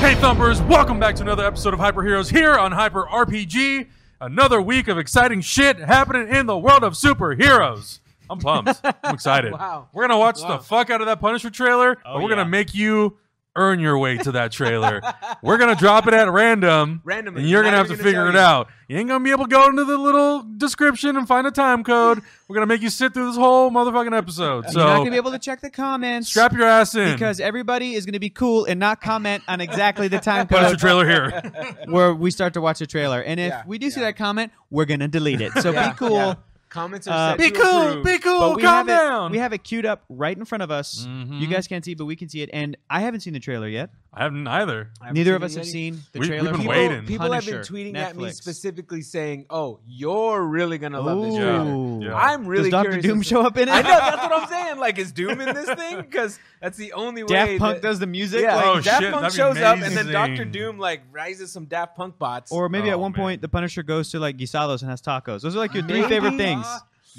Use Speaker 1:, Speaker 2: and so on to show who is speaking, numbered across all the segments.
Speaker 1: Hey Thumpers, welcome back to another episode of Hyper Heroes here on Hyper RPG. Another week of exciting shit happening in the world of superheroes. I'm pumped. I'm excited.
Speaker 2: Wow.
Speaker 1: We're gonna watch the
Speaker 2: Wow.
Speaker 1: fuck out of that Punisher trailer, but
Speaker 3: Oh,
Speaker 1: we're
Speaker 3: yeah.
Speaker 1: gonna make you earn your way to that trailer. we're gonna drop it at random.
Speaker 2: Randomly.
Speaker 1: And you're
Speaker 2: Now
Speaker 1: gonna have
Speaker 2: we're
Speaker 1: to
Speaker 2: gonna
Speaker 1: figure
Speaker 2: tell
Speaker 1: it
Speaker 2: you.
Speaker 1: out. You ain't gonna be able to go into the little description and find a time code. We're gonna make you sit through this whole motherfucking episode.
Speaker 2: You're not
Speaker 1: So
Speaker 2: gonna be able to check the comments
Speaker 1: strap your ass in.
Speaker 2: because everybody is gonna be cool and not comment on exactly the time
Speaker 1: Punisher
Speaker 2: code
Speaker 1: trailer here.
Speaker 2: where we start to watch a trailer. And if
Speaker 4: Yeah,
Speaker 2: we do see
Speaker 4: yeah.
Speaker 2: that comment, we're gonna delete it. So
Speaker 4: Yeah,
Speaker 2: be cool.
Speaker 4: yeah. Comments
Speaker 2: Uh,
Speaker 4: are set
Speaker 1: Be
Speaker 4: to
Speaker 1: cool,
Speaker 4: approve.
Speaker 1: be cool,
Speaker 2: But we
Speaker 1: calm
Speaker 2: have it,
Speaker 1: down.
Speaker 2: We have it queued up right in front of us.
Speaker 1: Mhm.
Speaker 2: You guys can't see, but we can see it. And I haven't seen the trailer yet.
Speaker 1: I haven't either.
Speaker 4: I haven't
Speaker 2: Neither
Speaker 4: seen
Speaker 2: of us
Speaker 4: it
Speaker 2: have
Speaker 4: yet.
Speaker 2: seen the
Speaker 1: We- we've
Speaker 2: trailer.
Speaker 1: been
Speaker 2: for
Speaker 4: People,
Speaker 1: waiting.
Speaker 4: people have been
Speaker 2: Punisher,
Speaker 4: tweeting at me
Speaker 2: Netflix.
Speaker 4: specifically saying, "Oh, you're really gonna love this trailer."
Speaker 2: Ooh.
Speaker 1: Yeah.
Speaker 4: I'm really
Speaker 2: Does Doctor
Speaker 4: curious
Speaker 2: Doom
Speaker 4: as to-
Speaker 2: show up in it?
Speaker 4: I know that's what I'm saying. Like, is Doom in this thing? Because that's the only way.
Speaker 2: Daft Punk
Speaker 4: that-
Speaker 2: does the music.
Speaker 4: Yeah,
Speaker 2: like-
Speaker 1: Oh,
Speaker 4: Daft
Speaker 1: shit,
Speaker 4: Punk
Speaker 1: that'd be
Speaker 4: shows up, and then
Speaker 1: amazing.
Speaker 4: Doctor Doom like rises some Daft Punk bots.
Speaker 2: or maybe at
Speaker 1: Oh,
Speaker 2: one
Speaker 1: man.
Speaker 2: point the Punisher goes to like Gisalos and has tacos. Those are like your three favorite things.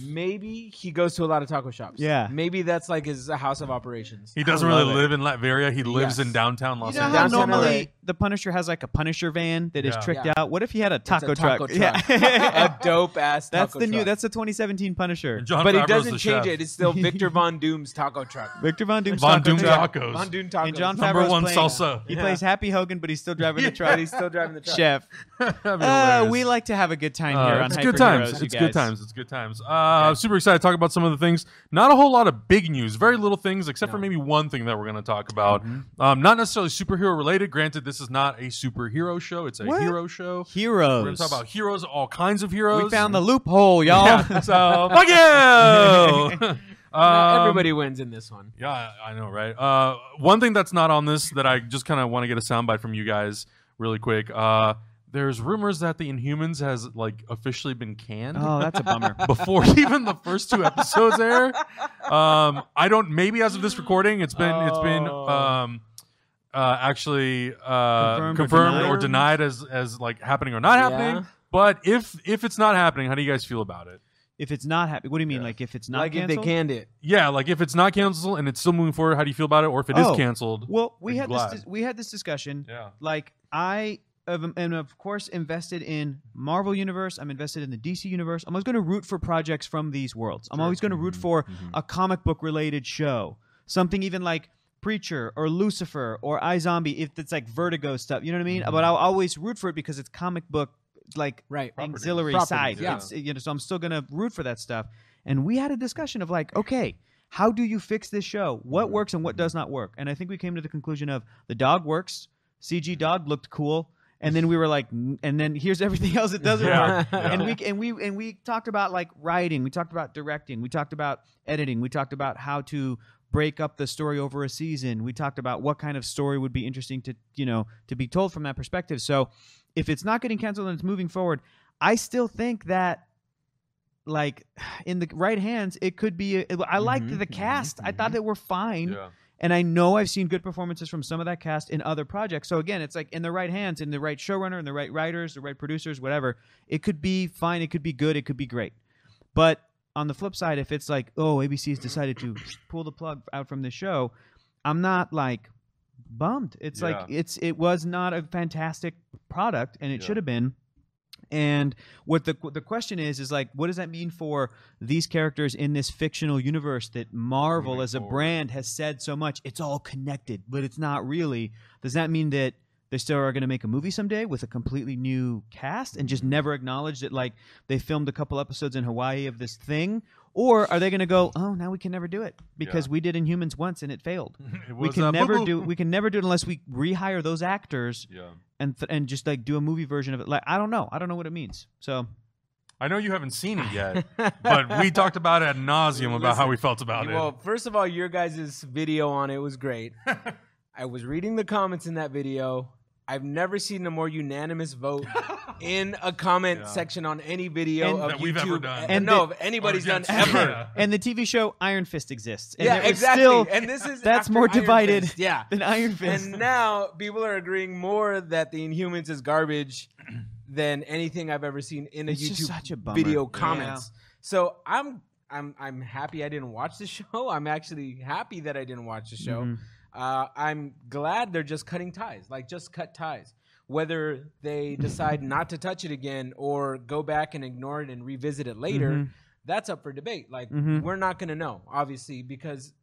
Speaker 4: Maybe he goes to a lot of taco shops.
Speaker 2: Yeah.
Speaker 4: Maybe that's like his house of operations.
Speaker 1: He doesn't
Speaker 2: I love
Speaker 1: really
Speaker 2: it.
Speaker 1: live in Latveria. He lives
Speaker 4: Yes.
Speaker 1: in downtown Los
Speaker 2: You know
Speaker 4: Awesome.
Speaker 2: how
Speaker 1: Angeles.
Speaker 4: Downtown
Speaker 2: normally
Speaker 4: LA.
Speaker 2: the Punisher has like a Punisher van that is
Speaker 1: Yeah.
Speaker 2: tricked
Speaker 4: Yeah.
Speaker 2: out. What if he had a taco,
Speaker 4: it's a taco
Speaker 2: truck? Yeah.
Speaker 4: a dope ass.
Speaker 2: that's
Speaker 4: taco
Speaker 2: the new.
Speaker 4: truck.
Speaker 2: That's the 2017 Punisher.
Speaker 1: And John
Speaker 4: but
Speaker 1: Favreau's
Speaker 4: he doesn't
Speaker 1: the
Speaker 4: change
Speaker 1: chef.
Speaker 4: it. It's still Victor Von Doom's taco truck.
Speaker 2: Victor Von Doom's
Speaker 1: Von
Speaker 2: taco
Speaker 1: Doom
Speaker 2: truck.
Speaker 1: tacos.
Speaker 4: Von Doom tacos.
Speaker 2: And John
Speaker 1: Number
Speaker 2: Favreau's
Speaker 1: one
Speaker 2: playing-
Speaker 1: salsa.
Speaker 2: He
Speaker 4: Yeah.
Speaker 2: plays Happy Hogan, but he's still driving the
Speaker 4: but
Speaker 2: truck.
Speaker 4: he's still driving the truck.
Speaker 2: Chef.
Speaker 1: That'd be
Speaker 2: Uh,
Speaker 1: hilarious.
Speaker 2: we like to have a good time
Speaker 1: Uh,
Speaker 2: here on
Speaker 1: it's
Speaker 2: Hyper
Speaker 1: good times.
Speaker 2: Heroes, you
Speaker 1: it's good
Speaker 2: guys.
Speaker 1: times. It's good times. Uh, Super excited to talk about some of the things. Not a whole lot of big news. Very little things, except for maybe one thing that we're going to
Speaker 2: Mm-hmm.
Speaker 1: talk about. Um, not necessarily superhero related. Granted, this is not a superhero show. It's a
Speaker 2: What?
Speaker 1: hero show. We're going
Speaker 2: Heroes.
Speaker 1: to talk about heroes, all kinds of heroes.
Speaker 2: we found the loophole, y'all.
Speaker 1: Yeah, so fuck you.
Speaker 4: Not
Speaker 1: Um,
Speaker 4: everybody wins in this one.
Speaker 1: Yeah, I, I know, right? Uh, one thing that's not on this that I just kind of want to get a soundbite from you guys really quick. Uh, there's rumors that the Inhumans has like officially been canned.
Speaker 2: Oh, that's a bummer.
Speaker 1: Before even the first two episodes air, um, I don't. Maybe as of this recording, it's been it's been
Speaker 4: Oh.
Speaker 1: um, uh, actually uh,
Speaker 2: Confirmed
Speaker 1: confirmed,
Speaker 2: or
Speaker 1: or,
Speaker 2: denied?
Speaker 1: denied as as like happening or not
Speaker 4: Yeah.
Speaker 1: happening. But if if it's not happening, how do you guys feel about it?
Speaker 2: If it's not happy, what do you mean?
Speaker 1: Yeah.
Speaker 2: Like if it's not
Speaker 4: like if
Speaker 2: canceled?
Speaker 4: they canned it.
Speaker 1: Yeah, like if it's not canceled and it's still moving forward, how do you feel about it? Or if it is
Speaker 2: Oh.
Speaker 1: canceled,
Speaker 2: Well, we
Speaker 1: We're
Speaker 2: had this
Speaker 1: glad.
Speaker 2: dis- we had this discussion.
Speaker 1: yeah.
Speaker 2: Like I am, am of course invested in Marvel universe. I'm invested in the DC universe. I'm always going to root for projects from these worlds. I'm always going to root for a comic book related show, something even like Preacher or Lucifer or iZombie. If it's like Vertigo stuff, you know what I mean. But I'll always root for it because it's comic book like
Speaker 4: Right.
Speaker 2: auxiliary
Speaker 4: Properties,
Speaker 2: side.
Speaker 4: yeah.
Speaker 2: It's, you know, so I'm still gonna root for that stuff. And we had a discussion of like, okay, how do you fix this show? What works and what does not work? And I think we came to the conclusion of the dog works. CG dog looked cool, and then we were like, "N- and then here's everything else that doesn't
Speaker 1: Yeah,
Speaker 2: work.
Speaker 1: yeah.
Speaker 2: And we and we and we talked about like writing. We talked about directing. We talked about editing. We talked about how to break up the story over a season. We talked about what kind of story would be interesting to you know to be told from that perspective. So if it's not getting canceled and it's moving forward, I still think that like in the right hands it could be a, I liked
Speaker 4: Mhm,
Speaker 2: the
Speaker 4: mhm,
Speaker 2: cast. I thought they were fine
Speaker 1: Yeah.
Speaker 2: and I know I've seen good performances from some of that cast in other projects. So again, it's like in the right hands, in the right showrunner, in the right writers, the right producers, whatever. It could be fine, it could be good, it could be great. But on the flip side, if it's like, oh, ABC has decided to pull the plug out from the show, I'm not like bummed. It's like it's it was not a fantastic product, and it
Speaker 1: Yeah.
Speaker 2: should have been. And what the the question is is like, what does that mean for these characters in this fictional universe that Marvel
Speaker 1: Moving
Speaker 2: as a
Speaker 1: forward.
Speaker 2: brand has said so much? It's all connected, but it's not really. Does that mean that they still are going to make a movie someday with a completely new cast and just never acknowledge that like they filmed a couple episodes in Hawaii of this thing? Or are they going to go, oh, now we can never do it because we did Inhumans once and it failed.
Speaker 1: It
Speaker 2: We
Speaker 1: was,
Speaker 2: can
Speaker 1: uh,
Speaker 2: never
Speaker 1: boo-boo.
Speaker 2: do we can never do it unless we rehire those actors
Speaker 1: Yeah.
Speaker 2: and th- and just like do a movie version of it. Like I don't know, I don't know what it means. So
Speaker 1: I know you haven't seen it yet, but we talked about it ad nauseum about how we felt about it.
Speaker 4: Well, first of all, your guys' video on it was great. I was reading the comments in that video. I've never seen a more unanimous vote in a comment
Speaker 1: Yeah.
Speaker 4: section on any video
Speaker 2: And-
Speaker 4: of
Speaker 1: That
Speaker 4: YouTube. Uh,
Speaker 1: we've ever done.
Speaker 2: And
Speaker 4: no,
Speaker 2: the-
Speaker 4: of anybody's
Speaker 1: Oh, yeah,
Speaker 4: done ever.
Speaker 1: yeah.
Speaker 2: and the TV show Iron Fist exists. And
Speaker 4: yeah,
Speaker 2: it was
Speaker 4: exactly.
Speaker 2: Still,
Speaker 4: and this is
Speaker 2: that's
Speaker 4: after
Speaker 2: more
Speaker 4: Iron
Speaker 2: divided
Speaker 4: Fist. Yeah,
Speaker 2: than Iron Fist.
Speaker 4: and now people are agreeing more that the Inhumans is garbage than anything I've ever seen in a
Speaker 2: It's just
Speaker 4: YouTube
Speaker 2: such a bummer.
Speaker 4: video
Speaker 2: Yeah.
Speaker 4: comments. So I'm I'm I'm happy I didn't watch the show. I'm actually happy that I didn't watch the show.
Speaker 2: Mhm.
Speaker 4: Uh, I'm glad they're just cutting ties, like just cut ties. Whether they decide not to touch it again or go back and ignore it and revisit it later,
Speaker 2: Mhm.
Speaker 4: that's up for debate. Like
Speaker 2: Mhm.
Speaker 4: we're not going to know, obviously, because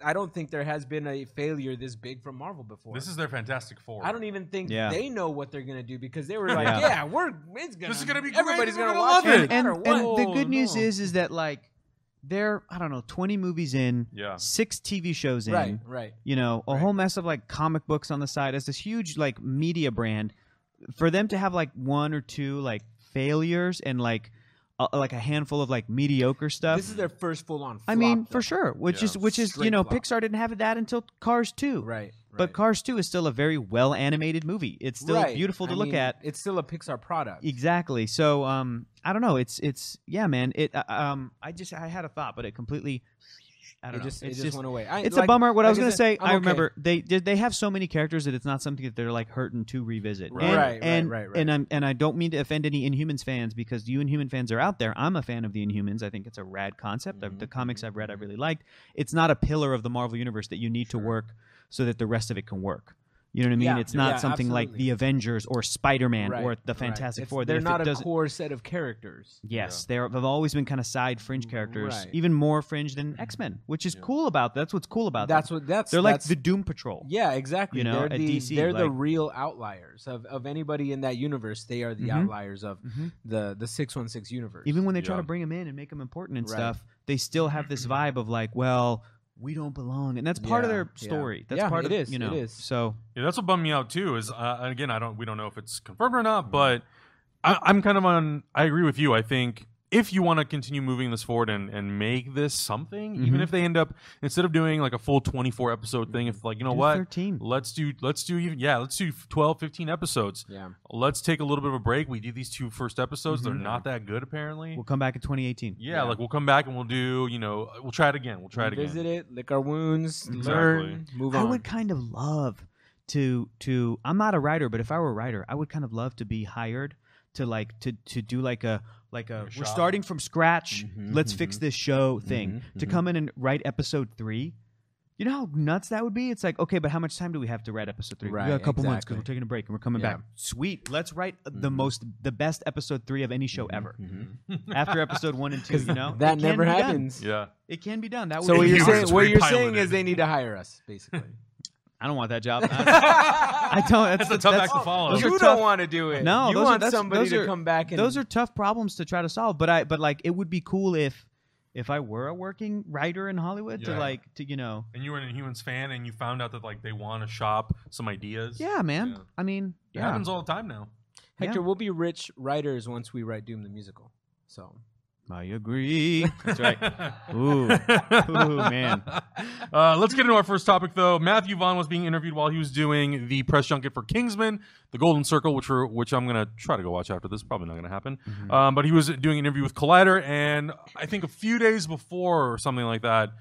Speaker 4: I don't think there has been a failure this big from Marvel before.
Speaker 1: This is their Fantastic Four.
Speaker 4: I don't e even think
Speaker 2: Yeah.
Speaker 4: they know what they're gonna do because they were like,
Speaker 2: Yeah.
Speaker 4: "Yeah, we're it's gonna
Speaker 1: This is gonna be great
Speaker 4: everybody's
Speaker 1: and we're
Speaker 4: gonna
Speaker 1: gonna
Speaker 4: watch
Speaker 1: love
Speaker 4: it,
Speaker 1: it."
Speaker 4: no
Speaker 2: and,
Speaker 4: matter
Speaker 2: and
Speaker 4: what."
Speaker 2: the
Speaker 1: Oh,
Speaker 2: good news
Speaker 1: no.
Speaker 2: is is that like they're I don't know twenty movies in,
Speaker 1: Yeah.
Speaker 2: six TV shows in,
Speaker 4: right, right.
Speaker 2: you know, a
Speaker 4: Right.
Speaker 2: whole mess of like comic books on the side. It's this huge like media brand. For them to have like one or two like failures and like a, like a handful of like mediocre stuff.
Speaker 4: This is their first full on.
Speaker 2: uh, I mean, for sure, which
Speaker 1: Yeah.
Speaker 2: is which is you
Speaker 4: Straight
Speaker 2: know,
Speaker 4: flop.
Speaker 2: Pixar didn't have that until Cars Two,
Speaker 4: right?
Speaker 2: But Cars Two is still a very well animated movie. It's still beautiful to look at.
Speaker 4: It's still a Pixar product.
Speaker 2: Exactly. So um, I don't know. It's it's yeah, man. It uh, um, I just I had a thought, but it completely. I don't
Speaker 4: it
Speaker 2: know.
Speaker 4: just it
Speaker 2: it's
Speaker 4: just, went away. I-
Speaker 2: it's a
Speaker 4: like-
Speaker 2: bummer. What I
Speaker 4: like
Speaker 2: was gonna
Speaker 4: said,
Speaker 2: say,
Speaker 4: I'm
Speaker 2: I
Speaker 4: okay.
Speaker 2: remember they did- they have so many characters that it's not something that they're like hurting to revisit.
Speaker 1: Right.
Speaker 2: And,
Speaker 4: Right, right,
Speaker 2: and,
Speaker 4: right, right.
Speaker 2: And I'm and I don't mean to offend any Inhumans fans because you Inhuman fans are out there. I'm a fan of the Inhumans. I think it's a rad concept. The- The,
Speaker 4: Mhm,
Speaker 2: comics
Speaker 4: mhm,
Speaker 2: I've read, I
Speaker 4: mhm.
Speaker 2: really liked. It's not a pillar of the Marvel universe that you need
Speaker 4: Sure.
Speaker 2: to work so that the rest of it can work. You know what I mean?
Speaker 4: Yeah,
Speaker 2: it's not
Speaker 4: yeah,
Speaker 2: something like
Speaker 4: absolutely.
Speaker 2: the Avengers or Spider Man
Speaker 4: Right,
Speaker 2: or the
Speaker 4: right.
Speaker 2: Fantastic
Speaker 4: It's-
Speaker 2: Four. that
Speaker 4: They're
Speaker 2: if it
Speaker 4: not a
Speaker 2: doesn't-
Speaker 4: core set of characters.
Speaker 2: Yes, they're, they've always been kind of side fringe characters,
Speaker 4: Right.
Speaker 2: even more fringe than X Men, which is
Speaker 1: Yeah.
Speaker 2: cool about. That's what's cool about.
Speaker 4: That's
Speaker 2: them.
Speaker 4: what that's
Speaker 2: they're like
Speaker 4: that's-
Speaker 2: the Doom Patrol.
Speaker 4: Yeah, exactly.
Speaker 2: you know,
Speaker 4: they're
Speaker 2: at
Speaker 4: the,
Speaker 2: DC,
Speaker 4: they're the
Speaker 2: like-
Speaker 4: real outliers of, of anybody in that universe. They are the
Speaker 2: Mhm.
Speaker 4: outliers of
Speaker 2: Mhm.
Speaker 4: the the six one six universe.
Speaker 2: Even when they try
Speaker 1: Yeah.
Speaker 2: to bring them in and make them important and
Speaker 4: Right. Mm-hmm.
Speaker 2: stuff, they still have this vibe of like, well, we don't belong, and that's part of
Speaker 4: Yeah,
Speaker 2: their
Speaker 4: yeah.
Speaker 2: story. That's
Speaker 4: Yeah,
Speaker 2: part
Speaker 4: it
Speaker 2: of
Speaker 4: is,
Speaker 2: you
Speaker 4: it
Speaker 2: know.
Speaker 4: is.
Speaker 2: So
Speaker 1: Yeah, that's what bummed me out too. Is uh, and again, I don't. We don't know if it's confirmed or not, but I, I'm kind of on. I agree with you. I think if you want to continue moving this forward and and make this something, even
Speaker 2: Mhm.
Speaker 1: if they end up instead of doing like a full 24 episode thing, if like you know
Speaker 2: do
Speaker 1: what.
Speaker 2: Thirteen.
Speaker 1: Let's do let's do even yeah let's do 12 15 episodes.
Speaker 4: yeah,
Speaker 1: Let's take a little bit of a break. We did these two first episodes. They're
Speaker 2: Mhm.
Speaker 1: not that good apparently.
Speaker 2: We'll come back in 2018.
Speaker 1: yeah,
Speaker 4: yeah.
Speaker 1: like we'll come back and we'll do, you know, uh, we'll try it again. We'll try it again.
Speaker 4: visit it, lick our wounds,
Speaker 1: Exactly.
Speaker 4: learn, move
Speaker 2: I
Speaker 4: on.
Speaker 2: would kind of love to to I'm not a writer, but if I were a writer, I would kind of love to be hired to like to to do like a like a
Speaker 1: Like a
Speaker 2: we're
Speaker 1: shop.
Speaker 2: starting from scratch.
Speaker 1: Mm-hmm,
Speaker 4: Mhm,
Speaker 2: let's fix
Speaker 4: mhm.
Speaker 2: this show thing.
Speaker 4: Mhm,
Speaker 2: to
Speaker 4: mhm.
Speaker 2: come in and write episode 3. You know how nuts that would be? It's like, okay, but how much time do we have to write episode 3?
Speaker 4: Right,
Speaker 2: we got a couple months cuz
Speaker 4: exactly.
Speaker 2: we're taking a break and we're coming
Speaker 4: Yeah.
Speaker 2: back. Sweet. Let's write uh, the
Speaker 4: Mhm.
Speaker 2: most the best episode 3 of any show
Speaker 1: mm-hmm,
Speaker 2: ever.
Speaker 4: Mhm.
Speaker 2: After episode 1 and 2, you know? It
Speaker 4: That
Speaker 2: can
Speaker 4: never
Speaker 2: be done.
Speaker 4: happens.
Speaker 1: Yeah.
Speaker 2: It can be done. That would
Speaker 4: So
Speaker 2: be
Speaker 4: what
Speaker 1: It
Speaker 4: you're
Speaker 1: counts.
Speaker 4: saying,
Speaker 1: It's
Speaker 4: what you're saying
Speaker 1: repiloted.
Speaker 4: is they need to hire us, basically.
Speaker 2: I don't want that job. I
Speaker 4: I
Speaker 2: don't that's,
Speaker 1: That's a
Speaker 2: the-
Speaker 1: tough
Speaker 2: that's-
Speaker 1: act to follow.
Speaker 2: those are
Speaker 4: Oh, you don't
Speaker 2: tough-
Speaker 4: want to do it.
Speaker 2: No,
Speaker 4: you
Speaker 2: those are-
Speaker 4: want
Speaker 2: that's-
Speaker 4: somebody
Speaker 2: those
Speaker 4: to
Speaker 2: are-
Speaker 4: come back and
Speaker 2: those are tough problems to try to solve but i but like it would be cool if if i were a working writer in hollywood to
Speaker 1: Yeah.
Speaker 2: like to you know
Speaker 1: and you were an Inhumans fan, and you found out that like they want to shop some ideas.
Speaker 2: yeah man
Speaker 1: Yeah.
Speaker 2: i mean
Speaker 1: It
Speaker 2: yeah
Speaker 1: happens all the time now.
Speaker 4: Hector. We'll be rich writers once we write Doom the musical. So
Speaker 2: i agree that's right ooh Ooh, man.
Speaker 1: Uh, let's get into our first topic, though. Matthew Vaughn was being interviewed while he was doing the press junket for Kingsman, The Golden Circle, which we're, which I'm gonna try to go watch after this. Probably not gonna happen.
Speaker 2: Mm-hmm.
Speaker 1: Um, but he was doing an interview with Collider, and I think a few days before or something like that,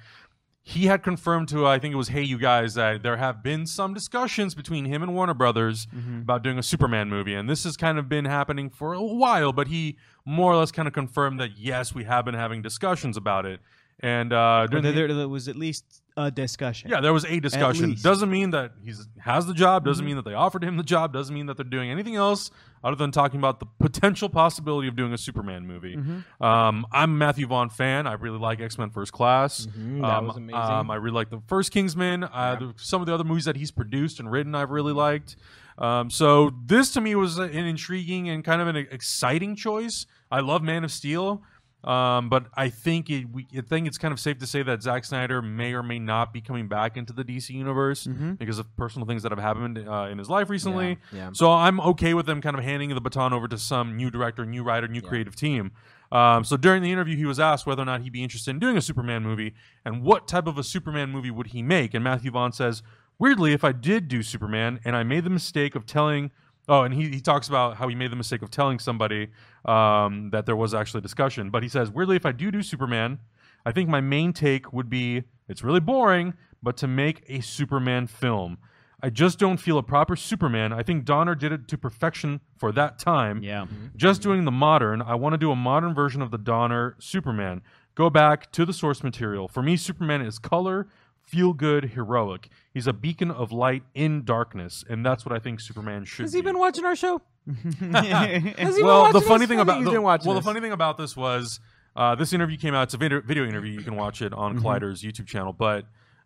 Speaker 1: he had confirmed to I think it was Hey You Guys that there have been some discussions between him and Warner Brothers
Speaker 2: Mm-hmm.
Speaker 1: about doing a Superman movie, and this has kind of been happening for a while. But he more or less kind of confirmed that yes, we have been having discussions about it, and uh,
Speaker 2: Well,
Speaker 1: during
Speaker 2: there,
Speaker 1: the-
Speaker 2: there- there was at least a discussion
Speaker 1: yeah, there was a discussion.
Speaker 2: least.
Speaker 1: Doesn't mean that he's has the job. Doesn't
Speaker 4: Mm-hmm.
Speaker 1: mean that they offered him the job. Doesn't mean that they're doing anything else other than talking about the potential possibility of doing a Superman movie.
Speaker 2: Mhm.
Speaker 4: Mm-hmm.
Speaker 1: Um, I'm a Matthew Vaughn fan. I really like X Men First Class.
Speaker 4: Mhm, that
Speaker 1: um,
Speaker 4: was amazing.
Speaker 1: um, I really like the first Kingsman. Uh, the, some of the other movies that he's produced and written, I've really liked. Um, so this to me was an intriguing and kind of an exciting choice. I love Man of Steel. Um, but I think it, we, I think it's kind of safe to say that Zack Snyder may or may not be coming back into the DC universe
Speaker 2: Mhm.
Speaker 1: because of personal things that have happened uh, in his life recently.
Speaker 4: yeah.
Speaker 1: So I'm okay with them kind of handing the baton over to some new director, new writer, new
Speaker 4: Yeah.
Speaker 1: creative team. Um, so during the interview, he was asked whether or not he'd be interested in doing a Superman movie and what type of a Superman movie would he make. And Matthew Vaughn says, weirdly, if I did do Superman and I made the mistake of telling, oh, and he, he talks about how he made the mistake of telling somebody um, that there was actually discussion. But he says, weirdly, if I do do Superman, I think my main take would be it's really boring, but to make a Superman film. I just don't feel a proper Superman. I think Donner did it to perfection for that time.
Speaker 2: yeah
Speaker 1: Just doing the modern, I want to do a modern version of the Donner Superman. Go back to the source material. For me, Superman is color, feel good, heroic. He's a beacon of light in darkness, and that's what I think Superman should
Speaker 4: Has
Speaker 1: be.
Speaker 4: he been watching our show? Has he
Speaker 1: well,
Speaker 4: been
Speaker 1: the
Speaker 4: watching
Speaker 1: funny
Speaker 4: us?
Speaker 1: thing
Speaker 4: I think
Speaker 1: about
Speaker 4: he's
Speaker 1: the,
Speaker 4: been watching
Speaker 1: well, the
Speaker 4: us.
Speaker 1: funny thing about this was uh, this interview came out. It's a video, video interview. You can watch it on
Speaker 4: Mm-hmm.
Speaker 1: Collider's YouTube channel. But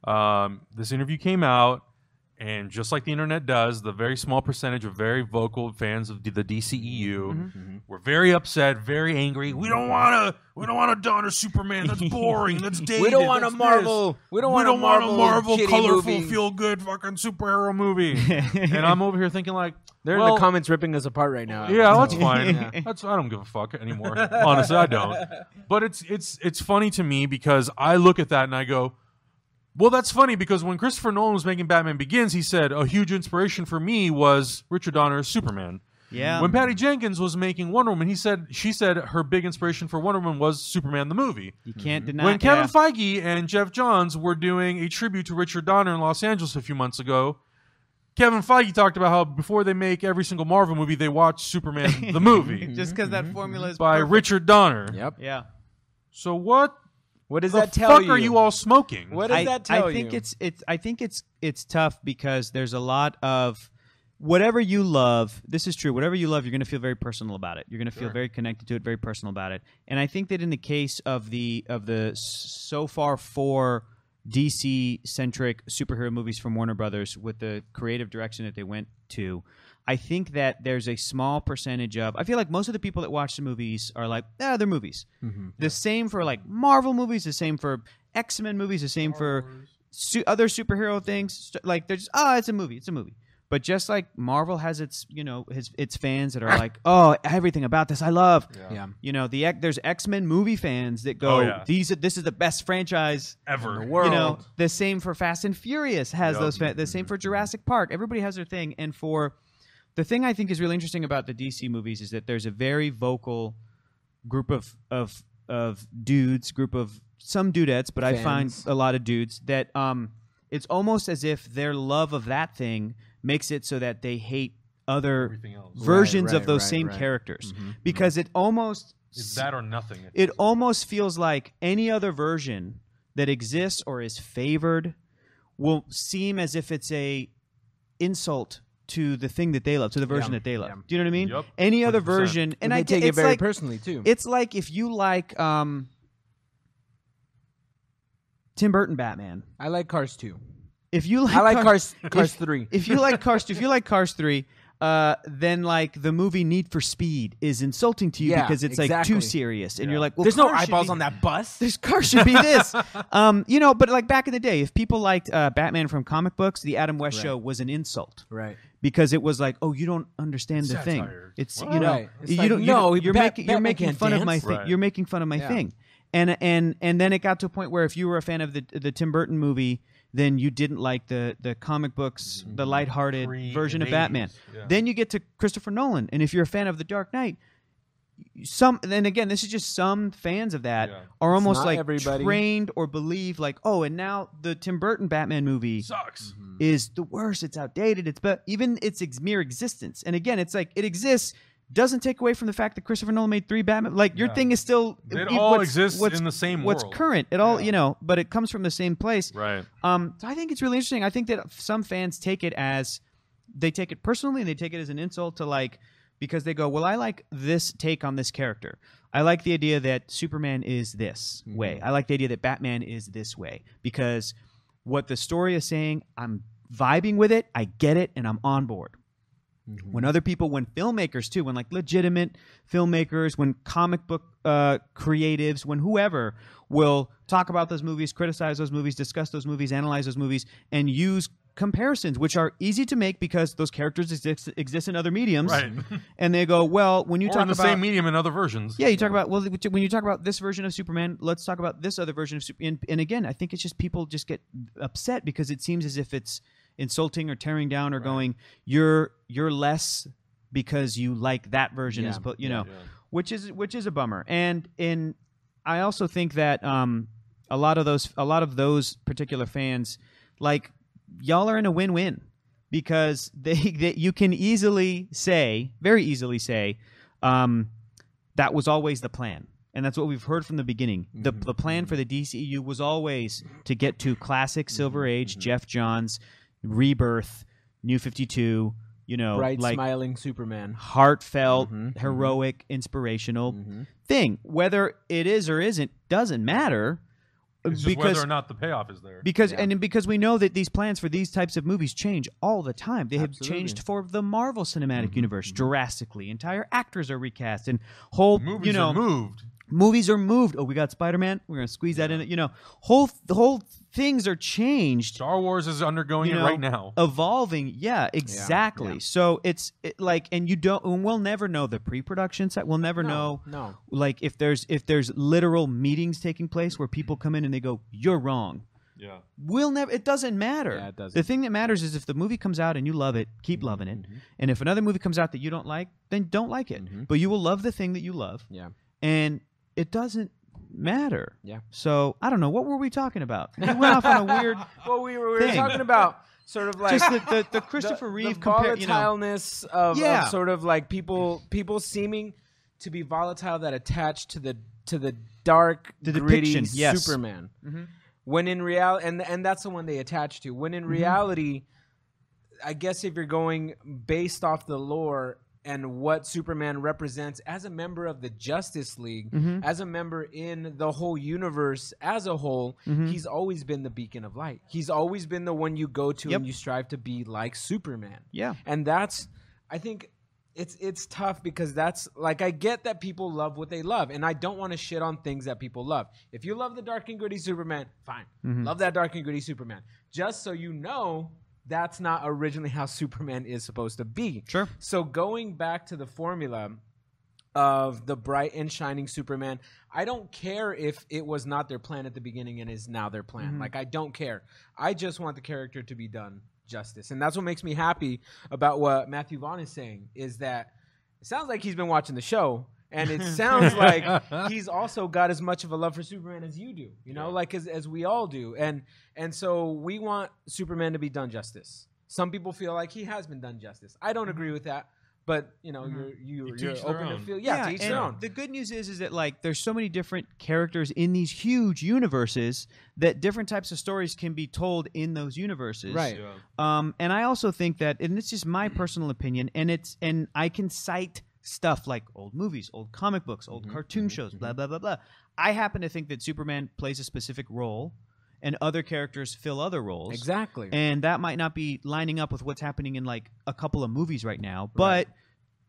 Speaker 1: um, this interview came out, and just like the internet does, the very small percentage of very vocal fans of the DCEU
Speaker 4: Mm-hmm.
Speaker 1: were very upset, very angry. We don't want to. We don't want a Donner Superman. That's boring. That's dated.
Speaker 4: We don't want a
Speaker 1: That's this.
Speaker 4: Marvel. We don't want a Marvel, kitty
Speaker 1: colorful,
Speaker 4: movie.
Speaker 1: feel good fucking superhero movie. and I'm over here thinking like,
Speaker 4: They're in
Speaker 1: well,
Speaker 4: the comments ripping us apart right now.
Speaker 1: yeah, that's
Speaker 4: So,
Speaker 1: fine.
Speaker 4: yeah.
Speaker 1: That's I don't give a fuck anymore. Honestly, I don't. But it's it's it's funny to me because I look at that and I go, well, that's funny because when Christopher Nolan was making Batman Begins, he said a huge inspiration for me was Richard Donner's Superman.
Speaker 2: yeah.
Speaker 1: When Patty Jenkins was making Wonder Woman, he said she said her big inspiration for Wonder Woman was Superman the movie.
Speaker 2: you can't deny.
Speaker 1: when Kevin
Speaker 2: yeah.
Speaker 1: Feige and Jeff Johns were doing a tribute to Richard Donner in Los Angeles a few months ago, Kevin Feige talked about how before they make every single Marvel movie, they watch Superman the movie
Speaker 2: just because that formula is
Speaker 1: by
Speaker 2: perfect.
Speaker 1: Richard Donner.
Speaker 4: Yep.
Speaker 2: Yeah.
Speaker 1: So what
Speaker 4: What does
Speaker 1: the
Speaker 4: that tell
Speaker 1: fuck
Speaker 4: you?
Speaker 1: are you all smoking?
Speaker 4: What does
Speaker 2: I,
Speaker 4: that tell
Speaker 2: I think
Speaker 4: you?
Speaker 2: it's it's I think it's it's tough because there's a lot of whatever you love. This is true. Whatever you love, you're going to feel very personal about it. You're going to feel very connected to it, very personal about it. And I think that in the case of the of the s- so far four DC centric superhero movies from Warner Brothers with the creative direction that they went to. I think that there's a small percentage of. I feel like most of the people that watch the movies are like, ah, they're movies.
Speaker 1: Mm-hmm.
Speaker 2: The same for like Marvel movies, the same for X Men movies, the same for su- other superhero things. St- Like they're just oh, it's a movie, it's a movie. But just like Marvel has its you know his its fans that are like oh everything about this I love.
Speaker 4: Yeah.
Speaker 2: You know the X- there's X Men movie fans that go
Speaker 1: Oh, yeah.
Speaker 2: these are, this is the best franchise
Speaker 1: ever?
Speaker 4: the world.
Speaker 2: you know, the same for Fast and Furious has
Speaker 1: Yep.
Speaker 2: those. Fa- the same for Jurassic Park. Everybody has their thing. And for the thing I think is really interesting about the DC movies is that there's a very vocal group of of of dudes, group of some dudettes, but I find
Speaker 4: Fans.
Speaker 2: a lot of dudes that um, it's almost as if their love of that thing makes it so that they hate other
Speaker 1: Everything else.
Speaker 2: versions
Speaker 4: Right,
Speaker 2: of
Speaker 4: right,
Speaker 2: those
Speaker 4: right,
Speaker 2: same
Speaker 4: right. Mm-hmm,
Speaker 2: characters because it almost
Speaker 1: It's that or nothing.
Speaker 2: it almost feels like any other version that exists or is favored will seem as if it's a insult to the thing that they love, to the version
Speaker 4: Yeah.
Speaker 2: that they love.
Speaker 4: Yeah.
Speaker 2: Do you know what I mean?
Speaker 1: Yup.
Speaker 2: Any other
Speaker 1: 100%.
Speaker 2: version, and
Speaker 4: they
Speaker 2: I
Speaker 4: take
Speaker 2: it's
Speaker 4: it very
Speaker 2: like,
Speaker 4: personally too.
Speaker 2: It's like if you like um, Tim Burton Batman.
Speaker 4: I like Cars two.
Speaker 2: If you like,
Speaker 4: I like
Speaker 2: Car-
Speaker 4: Cars Cars
Speaker 2: if-
Speaker 4: three.
Speaker 2: if you like Cars, if you like Cars three, uh, then like the movie Need for Speed is insulting to you
Speaker 4: Yeah,
Speaker 2: because it's
Speaker 4: exactly.
Speaker 2: like too serious, and you're like, well,
Speaker 4: There's no
Speaker 2: Cars should
Speaker 4: eyeballs
Speaker 2: be-
Speaker 4: on that bus.
Speaker 2: this car should be this. um, you know, but like back in the day, if people liked uh, Batman from comic books, the Adam West show was an insult
Speaker 4: Right.
Speaker 2: because it was like, oh, you don't understand the
Speaker 1: Satire.
Speaker 2: thing. It's
Speaker 1: Wow.
Speaker 2: you know,
Speaker 4: Right. It's
Speaker 2: you
Speaker 4: like,
Speaker 2: don't. you
Speaker 4: no,
Speaker 2: don't- you're
Speaker 4: Bat-
Speaker 2: making you're
Speaker 4: Batman
Speaker 2: making
Speaker 4: can't
Speaker 2: fun of my
Speaker 4: dance.
Speaker 2: thing.
Speaker 1: Right.
Speaker 2: You're making fun of my
Speaker 4: Yeah.
Speaker 2: thing. And and and then it got to a point where if you were a fan of the the Tim Burton movie, then you didn't like the the comic books,
Speaker 4: Mm-hmm.
Speaker 2: the lighthearted
Speaker 1: Pre-
Speaker 2: version of
Speaker 1: 80s,
Speaker 2: Batman.
Speaker 1: yeah.
Speaker 2: Then you get to Christopher Nolan, and if you're a fan of The Dark Knight. Some then again, this is just some fans of that
Speaker 1: Yeah.
Speaker 2: are almost
Speaker 4: not
Speaker 2: like
Speaker 4: everybody.
Speaker 2: trained or believe like, oh, and now the Tim Burton Batman movie
Speaker 1: sucks.
Speaker 2: is the worst. It's outdated. It's but even its ex- mere existence. And again, it's like it exists doesn't take away from the fact that Christopher Nolan made three Batman. Like your
Speaker 1: Yeah.
Speaker 2: thing is still
Speaker 1: It
Speaker 2: e-
Speaker 1: all
Speaker 2: what's-
Speaker 1: exists
Speaker 2: what's-
Speaker 1: in the same
Speaker 2: What's
Speaker 1: world.
Speaker 2: current? It all you know, but it comes from the same place.
Speaker 1: Right.
Speaker 2: Um, so I think it's really interesting. I think that some fans take it as they take it personally and they take it as an insult to like because they go, well, I like this take on this character. I like the idea that Superman is this way. I like the idea that Batman is this way because what the story is saying, I'm vibing with it, I get it, and I'm on board
Speaker 1: Mm-hmm.
Speaker 2: when other people when filmmakers too when like legitimate filmmakers when comic book uh, creatives when whoever will talk about those movies criticize those movies discuss those movies analyze those movies and use comparisons which are easy to make because those characters exist, exist in other mediums
Speaker 1: Right.
Speaker 2: and they go well when you
Speaker 1: or
Speaker 2: talk
Speaker 1: in the
Speaker 2: about
Speaker 1: same medium in other versions.
Speaker 2: yeah, you talk about well th- when you talk about this version of Superman, let's talk about this other version of Superman. And, and again, I think it's just people just get upset because it seems as if it's insulting or tearing down or going you're you're less because you like that version as
Speaker 4: Yeah,
Speaker 2: opposed, you know,
Speaker 1: yeah.
Speaker 2: which is which is a bummer. And in I also think that um a lot of those a lot of those particular fans like y'all are in a win-win because they that you can easily say very easily say um that was always the plan and that's what we've heard from the beginning. The,
Speaker 4: Mhm.
Speaker 2: the plan for the DCEU was always to get to classic Silver Age, Jeff Johns, Rebirth, New 52, you know,
Speaker 4: bright
Speaker 2: like
Speaker 4: smiling Superman.
Speaker 2: heartfelt,
Speaker 1: Mm-hmm,
Speaker 4: Mhm.
Speaker 2: heroic, inspirational
Speaker 4: Mhm.
Speaker 2: thing. Whether it is or isn't doesn't matter
Speaker 1: It's just
Speaker 2: because
Speaker 1: whether or not the payoff is there.
Speaker 2: because
Speaker 4: Yeah.
Speaker 2: and because we know that these plans for these types of movies change all the time. They have
Speaker 4: Absolutely.
Speaker 2: changed for the Marvel Cinematic
Speaker 1: Mm-hmm,
Speaker 2: Universe drastically. Entire actors are recast and whole
Speaker 1: Movies
Speaker 2: you know
Speaker 1: are moved.
Speaker 2: movies are moved. Oh, we got Spider Man. We're gonna squeeze that in. You know, whole the whole things are changed,
Speaker 1: Star Wars is undergoing
Speaker 2: You
Speaker 1: it
Speaker 2: know,
Speaker 1: right now.
Speaker 2: evolving. Yeah, exactly.
Speaker 4: yeah.
Speaker 2: So it's it, like, and you don't. And we'll never know the pre-production set. We'll never know
Speaker 4: No.
Speaker 2: like if there's if there's literal meetings taking place where people come in and they go, "You're wrong."
Speaker 1: Yeah.
Speaker 2: We'll never. It doesn't matter.
Speaker 4: Yeah, it doesn't. Mm-hmm,
Speaker 2: The thing that matters is if the movie comes out and you love it, keep loving it. And if another movie comes out that you don't like, then don't like it.
Speaker 4: Mhm.
Speaker 2: But you will love the thing that you love
Speaker 4: Yeah.
Speaker 2: and it doesn't matter.
Speaker 4: Yeah.
Speaker 2: So I don't know what were we talking about. We went off on a weird,
Speaker 4: Well, we were, we were
Speaker 2: Thing.
Speaker 4: talking about sort of like
Speaker 2: just the, the, the Christopher
Speaker 4: the,
Speaker 2: Reeve
Speaker 4: the
Speaker 2: compare. You know,
Speaker 4: volatileness of, of
Speaker 2: Yeah.
Speaker 4: sort of like people people seeming to be volatile that attach to the to the dark
Speaker 2: The
Speaker 4: gritty
Speaker 2: depiction, yes.
Speaker 4: Superman.
Speaker 2: Mhm.
Speaker 4: When in reality, and and that's the one they attach to. When in
Speaker 2: Mm-hmm.
Speaker 4: reality, I guess if you're going based off the lore and what Superman represents as a member of the Justice League,
Speaker 2: Mhm.
Speaker 4: as a member in the whole universe as a whole, he's always been the beacon of light. He's always been the one you go to
Speaker 2: Yep.
Speaker 4: and you strive to be like Superman.
Speaker 2: yeah,
Speaker 4: And that's I think it's it's tough because that's like I get that people love what they love and I don't want to shit on things that people love. If you love the dark and gritty Superman, fine.
Speaker 2: Mm. Mm-hmm.
Speaker 4: Love that dark and gritty Superman. Just so you know, that's not originally how Superman is supposed to be.
Speaker 2: Sure.
Speaker 4: So going back to the formula of the bright and shining Superman, I don't care if it was not their plan at the beginning and is now their plan. Like I don't care. I just want the character to be done justice. And that's what makes me happy about what Matthew Vaughn is saying is that it sounds like he's been watching the show and it sounds like he's also got as much of a love for Superman as you do, you know, like as, as we all do. And and so we want Superman to be done justice. Some people feel like he has been done justice. I don't
Speaker 1: Mm-hmm.
Speaker 4: agree with that, but you know, you're you,
Speaker 1: You
Speaker 4: you
Speaker 1: to
Speaker 4: you're
Speaker 1: each Mm-hmm. their
Speaker 4: open to
Speaker 1: own.
Speaker 4: feel yeah, to each their own.
Speaker 2: and the good news is, is that like there's so many different characters in these huge universes that different types of stories can be told in those universes.
Speaker 4: Right.
Speaker 1: Yeah.
Speaker 2: Um, and I also think that, and it's just my personal opinion, and it's and I can cite stuff like old movies, old comic books, old
Speaker 4: Mm-hmm.
Speaker 2: cartoon shows, blah blah blah blah. I happen to think that Superman plays a specific role, and other characters fill other roles.
Speaker 4: Exactly.
Speaker 2: And that might not be lining up with what's happening in like a couple of movies right now,
Speaker 4: Right.
Speaker 2: but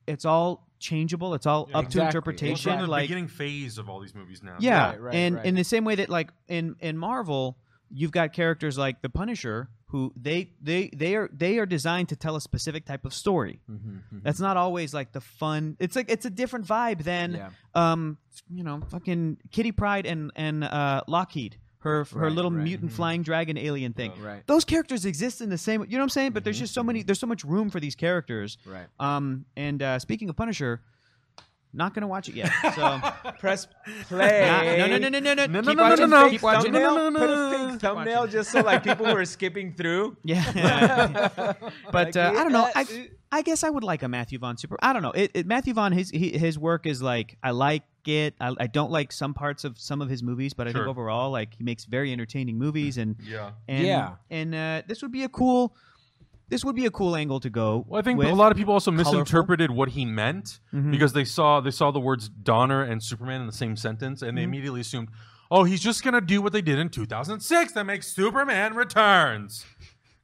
Speaker 2: it's all changeable. It's all
Speaker 1: Yeah,
Speaker 2: up
Speaker 4: exactly.
Speaker 2: to
Speaker 1: We're
Speaker 2: interpretation.
Speaker 1: from the
Speaker 2: like
Speaker 1: beginning phase of all these movies now.
Speaker 2: yeah,
Speaker 4: Right, right,
Speaker 2: and
Speaker 4: right.
Speaker 2: in the same way that like in in Marvel, you've got characters like the Punisher who they they they are they are designed to tell a specific type of story.
Speaker 4: Mm-hmm,
Speaker 2: That's not always like the fun. It's like it's a different vibe than
Speaker 4: Yeah.
Speaker 2: um you know fucking Kitty Pride and and uh, Lockheed her her
Speaker 4: Right,
Speaker 2: little
Speaker 4: right.
Speaker 2: mutant flying dragon alien thing.
Speaker 1: Yeah.
Speaker 4: Right.
Speaker 2: Those characters exist in the same. You know what I'm saying? But there's just so many. There's so much room for these characters.
Speaker 4: Right.
Speaker 2: Um and uh, speaking of Punisher. Not gonna watch it yet. So
Speaker 4: Press play.
Speaker 2: Nah, no, no, no, no, no, no.
Speaker 1: No, no, no,
Speaker 2: Keep
Speaker 1: no,
Speaker 2: watching.
Speaker 1: no, no.
Speaker 2: Keep
Speaker 1: Keep watching.
Speaker 2: watching.
Speaker 4: Thumbnail,
Speaker 1: No, no,
Speaker 4: put
Speaker 1: no,
Speaker 4: a
Speaker 1: no,
Speaker 4: fake
Speaker 1: no.
Speaker 4: thumbnail just so like people who are skipping through.
Speaker 2: Yeah. but
Speaker 4: Like,
Speaker 2: uh, I don't know. I,
Speaker 4: yeah, uh,
Speaker 2: I guess I would like a Matthew Vaughn super. I don't know. It, it, Matthew Vaughn, his he, his work is like I like it. I, I don't like some parts of some of his movies, but I
Speaker 1: Sure.
Speaker 2: think overall, like he makes very entertaining movies, and
Speaker 1: Yeah.
Speaker 2: and
Speaker 4: Yeah.
Speaker 2: and uh, this would be a cool. This would be a cool angle to go.
Speaker 1: Well, I think
Speaker 2: with.
Speaker 1: a lot of people also
Speaker 2: Colorful.
Speaker 1: misinterpreted what he meant
Speaker 2: Mhm.
Speaker 1: because they saw they saw the words Donner and Superman in the same sentence, and
Speaker 2: Mm-hmm.
Speaker 1: they immediately assumed, "Oh, he's just gonna do what they did in 2006 that makes Superman Returns."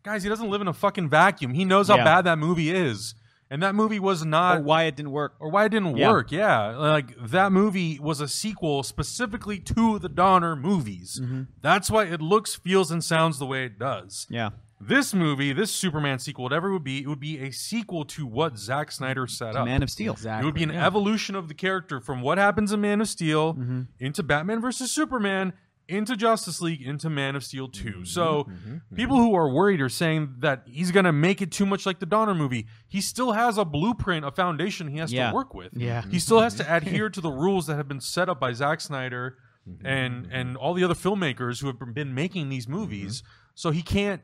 Speaker 1: Guys, he doesn't live in a fucking vacuum. He knows how
Speaker 2: Yeah.
Speaker 1: bad that movie is, and that movie was not
Speaker 2: Or why it didn't work.
Speaker 1: or why it didn't
Speaker 2: Yeah.
Speaker 1: work. Yeah, like that movie was a sequel specifically to the Donner movies. That's why it looks, feels, and sounds the way it does.
Speaker 2: Mm-hmm. Yeah.
Speaker 1: This movie, this Superman sequel, whatever it would be, it would be a sequel to what Zack Snyder set up.
Speaker 2: Man of Steel.
Speaker 1: it would be an
Speaker 4: yeah.
Speaker 1: evolution of the character from what happens in Man of Steel
Speaker 2: Mm-hmm.
Speaker 1: into Batman versus Superman into Justice League into Man of Steel 2.
Speaker 2: Mm-hmm.
Speaker 1: So people who are worried are saying that he's going to make it too much like the Donner movie. He still has a blueprint, a foundation he has
Speaker 2: Yeah.
Speaker 1: to work with.
Speaker 2: Yeah.
Speaker 1: He still has to adhere to the rules that have been set up by Zack Snyder and and all the other filmmakers who have been making these movies. So he can't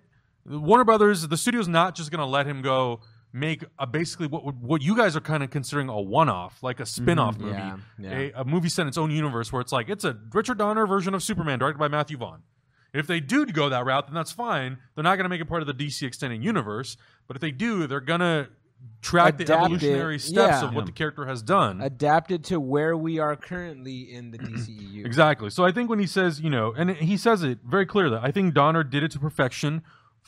Speaker 1: Warner Brothers, the studio's not just going to let him go make a, basically what would- what you guys are kind of considering a one-off, like a spin-off movie,
Speaker 4: Mm-hmm. Yeah, yeah.
Speaker 1: A, a movie set in its own universe where it's like it's a Richard Donner version of Superman directed by Matthew Vaughn. If they do go that route, then that's fine. They're not going to make it part of the DC extended universe, but if they do, they're going to track the
Speaker 4: Adapt it,
Speaker 1: evolutionary steps
Speaker 4: yeah.
Speaker 1: of what
Speaker 2: Yeah.
Speaker 1: the character has done.
Speaker 2: Mm-hmm.
Speaker 4: adapted to where we are currently in the E DCEU.
Speaker 1: Exactly. So I think when he says, you know, and he says it very clear that I think Donner did it to perfection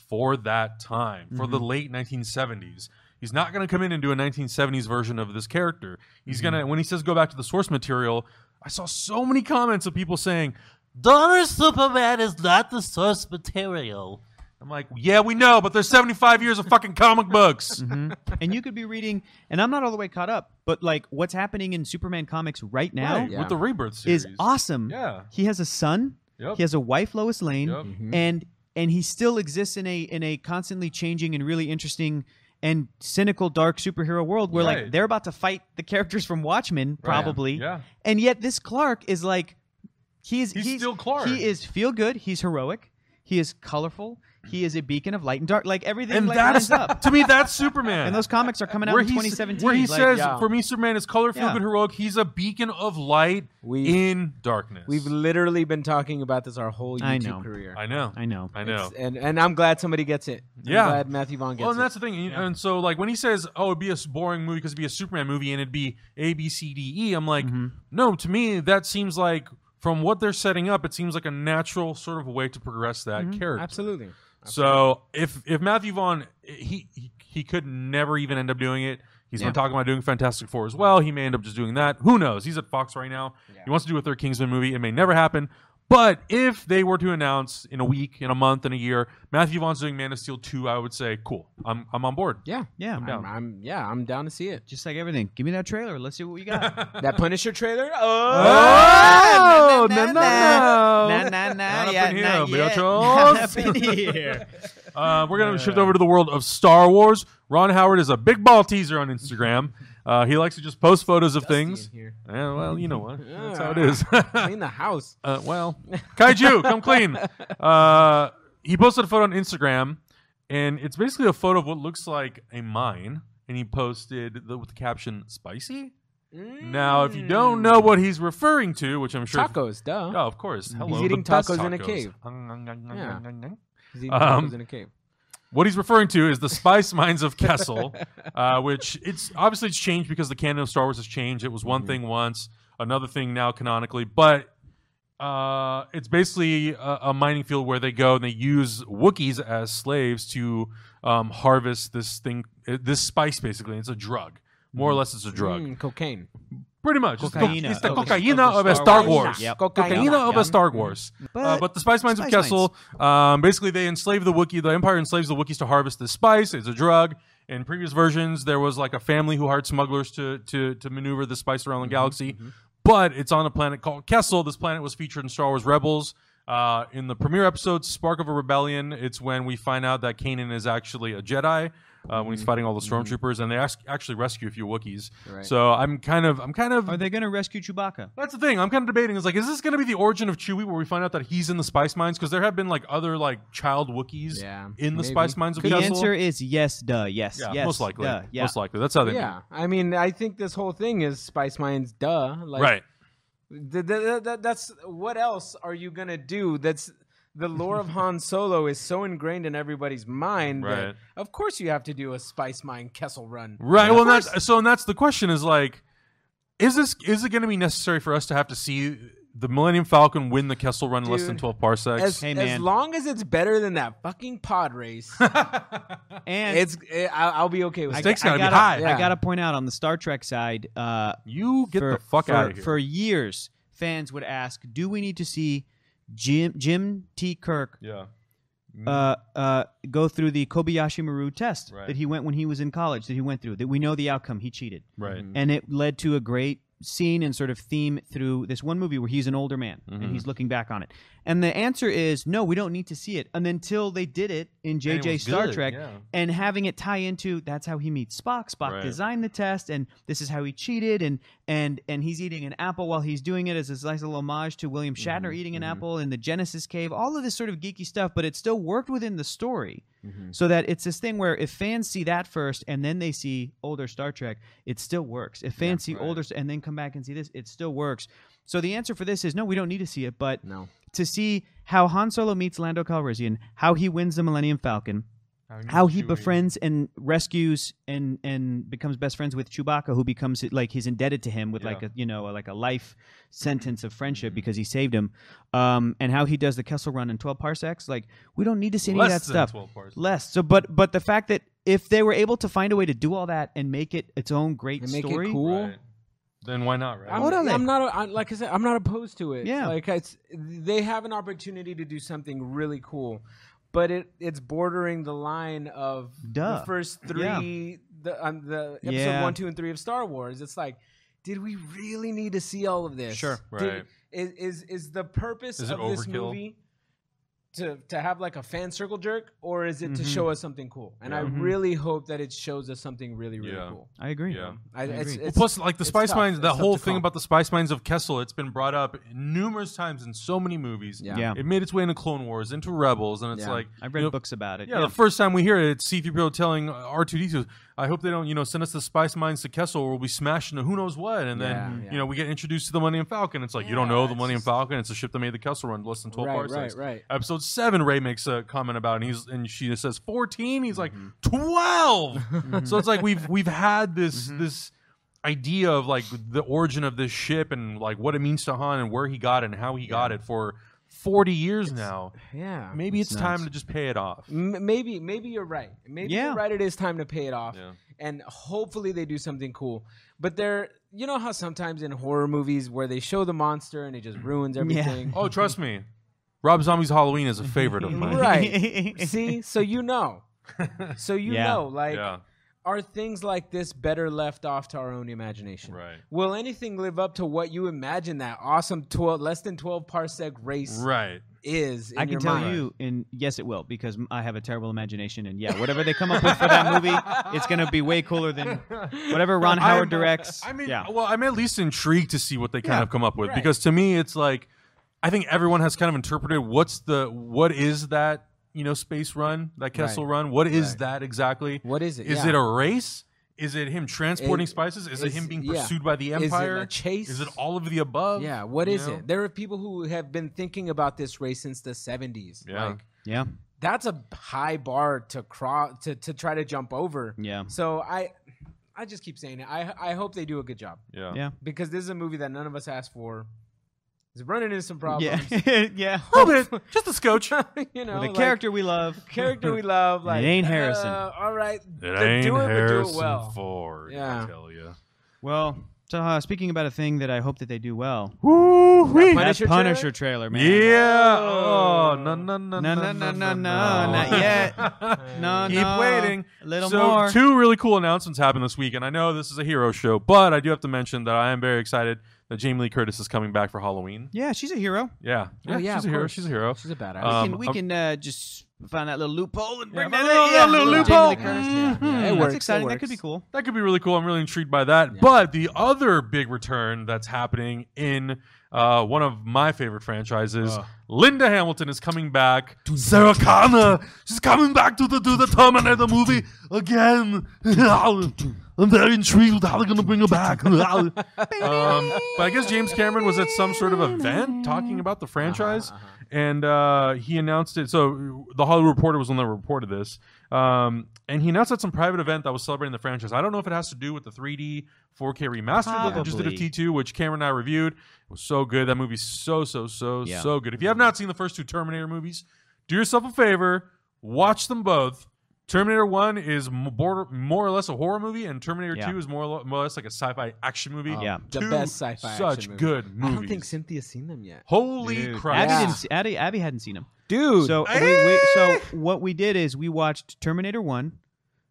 Speaker 1: for that time, for
Speaker 2: Mm-hmm.
Speaker 1: the late 1970s. He's not going to come in and do a 1970s version of this character. He's going
Speaker 2: Mm-hmm.
Speaker 1: to, when he says go back to the source material, I saw so many comments of people saying,
Speaker 3: Donner Superman is not the source material.
Speaker 1: I'm like, yeah, we know, but there's 75 years of fucking comic books.
Speaker 2: Mm-hmm. and you could be reading, and I'm not all the way caught up, but like what's happening in Superman comics right now
Speaker 1: Right,
Speaker 4: Yeah.
Speaker 1: With the Rebirth series.
Speaker 2: is awesome.
Speaker 1: Yeah.
Speaker 2: He has a son.
Speaker 1: Yep.
Speaker 2: He has a wife, Lois Lane,
Speaker 1: Yep.
Speaker 2: and and he still exists in a in a constantly changing and really interesting and cynical dark superhero world where
Speaker 1: Right.
Speaker 2: like they're about to fight the characters from Watchmen probably.
Speaker 1: Yeah.
Speaker 2: And yet this Clark is like he is
Speaker 1: He's still Clark.
Speaker 2: He is feel good, he's heroic, he is colorful, he is a beacon of light and dark. Like everything
Speaker 1: And
Speaker 2: like
Speaker 1: that's,
Speaker 2: lines up.
Speaker 1: to me, that's Superman.
Speaker 2: And those comics are coming out in
Speaker 1: he s-
Speaker 2: 2017.
Speaker 1: where he
Speaker 2: like,
Speaker 1: says,
Speaker 4: yeah.
Speaker 1: "For me, Superman is color, feel
Speaker 2: Yeah.
Speaker 1: good, heroic. He's a beacon of light
Speaker 4: We've-
Speaker 1: in darkness."
Speaker 4: We've literally been talking about this our whole YouTube
Speaker 2: I know.
Speaker 4: career.
Speaker 1: I know,
Speaker 2: I know.
Speaker 1: I know.
Speaker 4: It's- And and I'm glad somebody gets it. I'm
Speaker 1: Yeah.
Speaker 4: glad Matthew Vaughn gets
Speaker 1: Well, and
Speaker 4: it.
Speaker 1: that's the thing. And- And so, like, when he says, "Oh, it'd be a s- boring movie because it'd be a Superman movie and it'd be A, B, C, D, E," I'm like,
Speaker 2: Mm-hmm.
Speaker 1: no. To me, that seems like from what they're setting up, it seems like a natural sort of way to progress that
Speaker 2: Mm-hmm.
Speaker 1: character.
Speaker 4: Absolutely.
Speaker 1: So if if Matthew Vaughn he he, he could never even end up doing it. He's
Speaker 4: Yeah.
Speaker 1: been talking about doing Fantastic Four as well. He may end up just doing that. Who knows? He's at Fox right now. He wants to do a third Kingsman movie. It may never happen. But if they were to announce in a week, in a month, in a year, Matthew Vaughn's doing Man of Steel two, I would say, cool. I'm I'm on board.
Speaker 4: Yeah.
Speaker 2: Yeah.
Speaker 4: I'm, I'm- yeah, I'm down to see it.
Speaker 2: Just like everything. Give me that trailer. Let's see what we got.
Speaker 4: That Punisher trailer?
Speaker 1: Oh,
Speaker 2: na,
Speaker 1: na,
Speaker 2: na,
Speaker 1: na,
Speaker 2: na,
Speaker 1: na.
Speaker 2: na, na,
Speaker 1: Not up
Speaker 2: yeah,
Speaker 1: in here,
Speaker 2: not yet.
Speaker 1: muchachos.
Speaker 2: Not up in here.
Speaker 1: Uh, we're going to shift over to the world of Star Wars. Ron Howard is a big ball teaser on Instagram. Uh, he likes to just post photos of things.
Speaker 4: in here.
Speaker 1: Yeah, well, you know what? That's how it is.
Speaker 4: Clean the house.
Speaker 1: Uh, well, Kaiju, come clean. Uh, he posted a photo on Instagram, and it's basically a photo of what looks like a mine. And he posted the, with the caption "spicy." Now, if you don't know what he's referring to, which I'm sure,
Speaker 4: Mm. Tacos, duh.
Speaker 1: oh, of course, hello, the
Speaker 4: eating
Speaker 1: best
Speaker 4: tacos in a cave.
Speaker 1: Yeah.
Speaker 4: He's eating
Speaker 1: Um,
Speaker 4: tacos in a cave.
Speaker 1: What he's referring to is the spice mines of Kessel, uh, which it's obviously it's changed because the canon of Star Wars has changed. It was one thing once, another thing now canonically, but uh, it's basically a, a mining field where they go and they use Wookiees as slaves to um, harvest this thing, uh, this spice basically. It's a drug, more or less. It's a drug,
Speaker 4: Mm, cocaine.
Speaker 1: pretty much. It's the
Speaker 2: Cocaine.
Speaker 1: co- It's the
Speaker 2: Of the-
Speaker 1: cocaine
Speaker 2: of
Speaker 1: of
Speaker 2: the
Speaker 1: a
Speaker 2: Star
Speaker 1: Star
Speaker 2: Wars. Mm-hmm.
Speaker 1: Wars.
Speaker 2: Yep.
Speaker 4: Cocaine.
Speaker 1: Cocaine of
Speaker 4: Yeah.
Speaker 1: a Star Wars.
Speaker 2: But-
Speaker 1: Uh, but the spice mines of
Speaker 2: Spice
Speaker 1: Kessel, um, basically they enslave the Wookiee. The Empire enslaves the Wookiees to harvest the spice. It's a drug. In previous versions, there was like a family who hired smugglers to to to maneuver the spice around the galaxy. But it's on a planet called Kessel. This planet was featured in Star Wars Rebels. Uh, in the premiere episode, Spark of a Rebellion, it's when we find out that Kanan is actually a Jedi uh, when he's fighting all the stormtroopers, and they ask, actually rescue a few Wookiees.
Speaker 4: Right.
Speaker 1: So I'm kind of, I'm kind of,
Speaker 2: Are they going to rescue Chewbacca?
Speaker 1: that's the thing. I'm kind of debating. Is like, is this going to be the origin of Chewie, where we find out that he's in the spice mines? Because there have been like other like child Wookiees
Speaker 4: Yeah,
Speaker 1: in the
Speaker 4: maybe.
Speaker 1: spice mines of
Speaker 2: The
Speaker 1: Kessel.
Speaker 2: answer is yes, duh, yes,
Speaker 1: yeah,
Speaker 2: yes,
Speaker 1: most likely.
Speaker 2: duh, yeah.
Speaker 1: Most likely. That's how they.
Speaker 4: Yeah, I mean, I think this whole thing is Spice Mines, duh. Like,
Speaker 1: Right.
Speaker 4: Th- th- th- th- that's what else are you gonna do? That's the lore of Han Solo is so ingrained in everybody's mind
Speaker 1: Right.
Speaker 4: that of course you have to do a Spice Mine Kessel Run.
Speaker 1: Right.
Speaker 4: Of
Speaker 1: Well,
Speaker 4: course.
Speaker 1: that's so, and that's the question: is like, is this is it going to be necessary for us to have to see the Millennium Falcon win the Kessel Run in less than
Speaker 4: Dude,
Speaker 1: 12 parsecs?
Speaker 4: as,
Speaker 2: Hey,
Speaker 4: as
Speaker 2: man.
Speaker 4: long as it's better than that fucking pod race,
Speaker 2: And
Speaker 4: it's it, I'll, I'll be okay with
Speaker 1: I
Speaker 4: it.
Speaker 1: think- Stakes
Speaker 2: I
Speaker 1: gotta be
Speaker 2: gotta-
Speaker 1: high.
Speaker 4: Yeah.
Speaker 2: I got to point out on the Star Trek side, uh,
Speaker 1: you get
Speaker 2: for,
Speaker 1: the fuck
Speaker 2: for,
Speaker 1: out of here.
Speaker 2: For years, fans would ask, "Do we need to see Jim Jim T. Kirk
Speaker 1: yeah. Mm-hmm.
Speaker 2: uh, uh, go through the Kobayashi Maru test
Speaker 1: Right.
Speaker 2: that he went when he was in college? That he went through? That we know the outcome. He cheated,
Speaker 1: Right.
Speaker 2: and it led
Speaker 1: Mm-hmm.
Speaker 2: to a great." Scene and sort of theme through this one movie where he's an older man and he's looking back on it, And the answer is no, we don't need to see it. And until they did it in
Speaker 1: And it
Speaker 2: JJ
Speaker 1: was
Speaker 2: Star
Speaker 1: good,
Speaker 2: Trek
Speaker 1: yeah.
Speaker 2: and having it tie into that's how he meets Spock. Spock
Speaker 1: Right.
Speaker 2: designed the test and this is how he cheated and and and he's eating an apple while he's doing it as this nice little homage to William Shatner eating an apple in the Genesis cave, all of this sort of geeky stuff, but it still worked within the story. So that it's this thing where if fans see that first and then they see older Star Trek, it still works. If fans see older and then come back and see this, it still works. So the answer for this is no, we don't need to see it, but
Speaker 4: No.
Speaker 2: to see how Han Solo meets Lando Calrissian, how he wins the Millennium Falcon, how he befriends and rescues and and becomes best friends with Chewbacca, who becomes like he's indebted to him with like
Speaker 1: Yeah. Mm-hmm.
Speaker 2: a you know like a life sentence of friendship because he saved him, um, and how he does the Kessel Run in twelve parsecs. Like we don't need to see any
Speaker 1: Less
Speaker 2: of that
Speaker 1: than
Speaker 2: stuff.
Speaker 1: 12 parts.
Speaker 2: Less so, but but the fact that if they were able to find a way to do all that and make it its own great
Speaker 4: And make it
Speaker 2: story,
Speaker 4: cool.
Speaker 1: Right. Then why not, right?
Speaker 4: I'm,
Speaker 2: What are they?
Speaker 4: I'm not. I'm, like I said, I'm not opposed to it.
Speaker 2: Yeah.
Speaker 4: Like it's, they have an opportunity to do something really cool, but it it's bordering the line of
Speaker 2: Duh.
Speaker 4: the first three, the um, the episode
Speaker 2: Yeah.
Speaker 4: one, two, and three of Star Wars. It's like, did we really need to see all of this?
Speaker 2: Sure.
Speaker 4: Did-
Speaker 1: Right.
Speaker 4: is, is is the purpose
Speaker 1: Is it
Speaker 4: of this
Speaker 1: overkill?
Speaker 4: movie? To, to have like a fan circle jerk, or is it to
Speaker 2: Mhm.
Speaker 4: show us something cool? And I
Speaker 2: Mhm.
Speaker 4: really hope that it shows us something really, really
Speaker 1: Yeah.
Speaker 4: cool.
Speaker 2: I agree.
Speaker 1: Yeah.
Speaker 4: I, it's,
Speaker 2: agree.
Speaker 1: Well,
Speaker 4: it's,
Speaker 1: plus, like the
Speaker 4: it's
Speaker 1: Spice
Speaker 4: tough.
Speaker 1: Mines,
Speaker 4: It's
Speaker 1: that
Speaker 4: tough
Speaker 1: whole
Speaker 4: to
Speaker 1: thing
Speaker 4: call.
Speaker 1: about the Spice Mines of Kessel, it's been brought up numerous times in so many movies.
Speaker 4: Yeah.
Speaker 2: Yeah.
Speaker 1: It made its way into Clone Wars, into Rebels, and it's
Speaker 4: Yeah.
Speaker 1: like
Speaker 2: I've
Speaker 1: you
Speaker 2: read
Speaker 1: know,
Speaker 2: books about it.
Speaker 1: Yeah, the first time we hear it, it's C-3PO telling R2-D2, "I hope they don't, you know, send us the Spice Mines to Kessel, or we'll be smashed into who knows what." And then,
Speaker 4: Yeah, yeah.
Speaker 1: you know, we get introduced to the Millennium Falcon. It's like you don't
Speaker 4: Yeah,
Speaker 1: know the
Speaker 4: it's
Speaker 1: Millennium
Speaker 4: just-
Speaker 1: Falcon. It's a ship that made the Kessel Run, less than twelve
Speaker 4: Right,
Speaker 1: parsecs.
Speaker 4: right, right.
Speaker 1: Episode seven, Ray makes a comment about, it, and he's and she says fourteen. He's like twelve. so it's like we've we've had this this idea of like the origin of this ship and like what it means to Han and where he got it and how he got it for forty years now.
Speaker 4: yeah.
Speaker 1: Maybe it's,
Speaker 4: nuts.
Speaker 1: time to just pay it off.
Speaker 4: M- maybe maybe you're right maybe
Speaker 2: Yeah.
Speaker 4: you're right it is time to pay it off
Speaker 1: Yeah.
Speaker 4: and hopefully they do something cool but they're you know how sometimes in horror movies where they show the monster and it just ruins everything
Speaker 1: Oh, trust me. Rob Zombie's Halloween is a favorite of mine.
Speaker 4: Right. see so you know so you
Speaker 2: Yeah.
Speaker 4: know like
Speaker 1: Yeah.
Speaker 4: are things like this better left off to our own imagination
Speaker 1: Right.
Speaker 4: will anything live up to what you imagine that awesome 12 less than 12 parsec race
Speaker 1: Right.
Speaker 4: is in
Speaker 2: I can
Speaker 4: your
Speaker 2: tell
Speaker 4: mind?
Speaker 2: you, and yes, it will, because m- I have a terrible imagination, and yeah, whatever they come up with for that movie, it's gonna be way cooler than whatever Ron Howard
Speaker 1: I'm-
Speaker 2: directs.
Speaker 1: I mean, oh,
Speaker 2: yeah,
Speaker 1: well, I'm at least intrigued to see what they kind
Speaker 2: Yeah,
Speaker 1: of come up with
Speaker 4: right.
Speaker 1: because to me, it's like I think everyone has kind of interpreted what's the what is that you know space run that Kessel
Speaker 4: Right.
Speaker 1: run? What is
Speaker 4: Right.
Speaker 1: that exactly?
Speaker 4: what is it
Speaker 1: Is
Speaker 4: Yeah.
Speaker 1: it a race? Is it him transporting
Speaker 4: It-
Speaker 1: spices? Is it
Speaker 4: is-
Speaker 1: him being
Speaker 4: yeah.
Speaker 1: pursued by the
Speaker 4: Is it a
Speaker 1: Empire?
Speaker 4: chase?
Speaker 1: Is it all of the above?
Speaker 4: Yeah, what
Speaker 1: You
Speaker 4: is
Speaker 1: know?
Speaker 4: it? There are people who have been thinking about this race since the 70s.
Speaker 1: Yeah.
Speaker 4: Like
Speaker 2: yeah,
Speaker 4: that's a high bar to cross to, to try to jump over.
Speaker 2: yeah,
Speaker 4: So I I just keep saying it. I I hope they do a good job
Speaker 1: Yeah.
Speaker 2: yeah,
Speaker 4: because this is a movie that none of us asked for. It's running into some problems.
Speaker 2: yeah, yeah.
Speaker 1: A little bit, just a scotch.
Speaker 4: you know,
Speaker 2: With a
Speaker 4: like,
Speaker 2: character we love,
Speaker 4: character we love like
Speaker 2: ain't Harrison.
Speaker 4: uh, all right.
Speaker 1: It
Speaker 4: do
Speaker 1: ain't
Speaker 4: it, but do it
Speaker 1: Harrison
Speaker 4: well.
Speaker 1: Ford. I
Speaker 4: Yeah.
Speaker 1: tell you.
Speaker 2: Well, so uh, speaking about a thing that I hope that they do well,
Speaker 4: Punisher
Speaker 2: that
Speaker 4: trailer?
Speaker 2: Punisher trailer, man.
Speaker 1: Yeah. Oh, no, no, no,
Speaker 2: No, no, no, no, no, not yet. No,
Speaker 1: Keep
Speaker 2: no,
Speaker 1: waiting.
Speaker 2: A little
Speaker 1: so
Speaker 2: more.
Speaker 1: two really cool announcements happened this week, and I know this is a hero show, but I do have to mention that I am very excited that Jamie Lee Curtis is coming back for Halloween.
Speaker 2: yeah, she's a hero.
Speaker 1: Yeah, yeah,
Speaker 4: Oh, yeah,
Speaker 1: she's
Speaker 4: of
Speaker 1: a hero.
Speaker 4: course.
Speaker 1: She's a hero.
Speaker 4: She's a badass.
Speaker 1: Uh, Um,
Speaker 2: we
Speaker 1: I'm-
Speaker 2: can, we can uh, just find that little loophole and bring
Speaker 1: find
Speaker 2: that in.
Speaker 1: that little
Speaker 2: yeah,
Speaker 1: loophole.
Speaker 2: Jamie Lee Curtis,
Speaker 1: Mhm.
Speaker 2: yeah.
Speaker 4: It
Speaker 2: That's
Speaker 4: works, it
Speaker 2: exciting. That could
Speaker 4: works.
Speaker 2: be cool.
Speaker 1: That could be really cool. I'm really intrigued by that. But the other big return that's happening in uh, one of my favorite franchises, Linda Hamilton is coming back. Sarah Connor, she's coming back to the, do the Terminator movie again. I'm very intrigued with how they're going to bring her back. um, but I guess James Cameron was at some sort of event talking about the
Speaker 4: Uh-huh.
Speaker 1: franchise, and uh, he announced it. So the Hollywood Reporter was the one that reported this. Um, and he announced at some private event that was celebrating the franchise. I don't know if it has to do with the 3D 4K remaster that they just did of
Speaker 2: Probably.
Speaker 1: T2, which Cameron and I reviewed. It was so good. That movie's so, so, so,
Speaker 2: Yeah.
Speaker 1: so good. If you have not seen the first two Terminator movies, do yourself a favor, watch them both. Terminator 1 is m- border, more or less a horror movie, and Terminator
Speaker 2: Yeah.
Speaker 1: 2 is more or, lo- more or less like a sci fi action movie.
Speaker 2: Oh, Yeah.
Speaker 4: Uh-huh. the
Speaker 1: Two
Speaker 4: best sci-fi
Speaker 1: Such
Speaker 4: action movie.
Speaker 1: good movies.
Speaker 4: I don't think Cynthia's seen them yet.
Speaker 1: Holy
Speaker 2: Dude,
Speaker 1: Christ.
Speaker 2: Abby,
Speaker 4: Yeah.
Speaker 2: didn't see, Abby, Abby hadn't seen him.
Speaker 4: Dude.
Speaker 2: So we, we, so what we did is we watched Terminator One,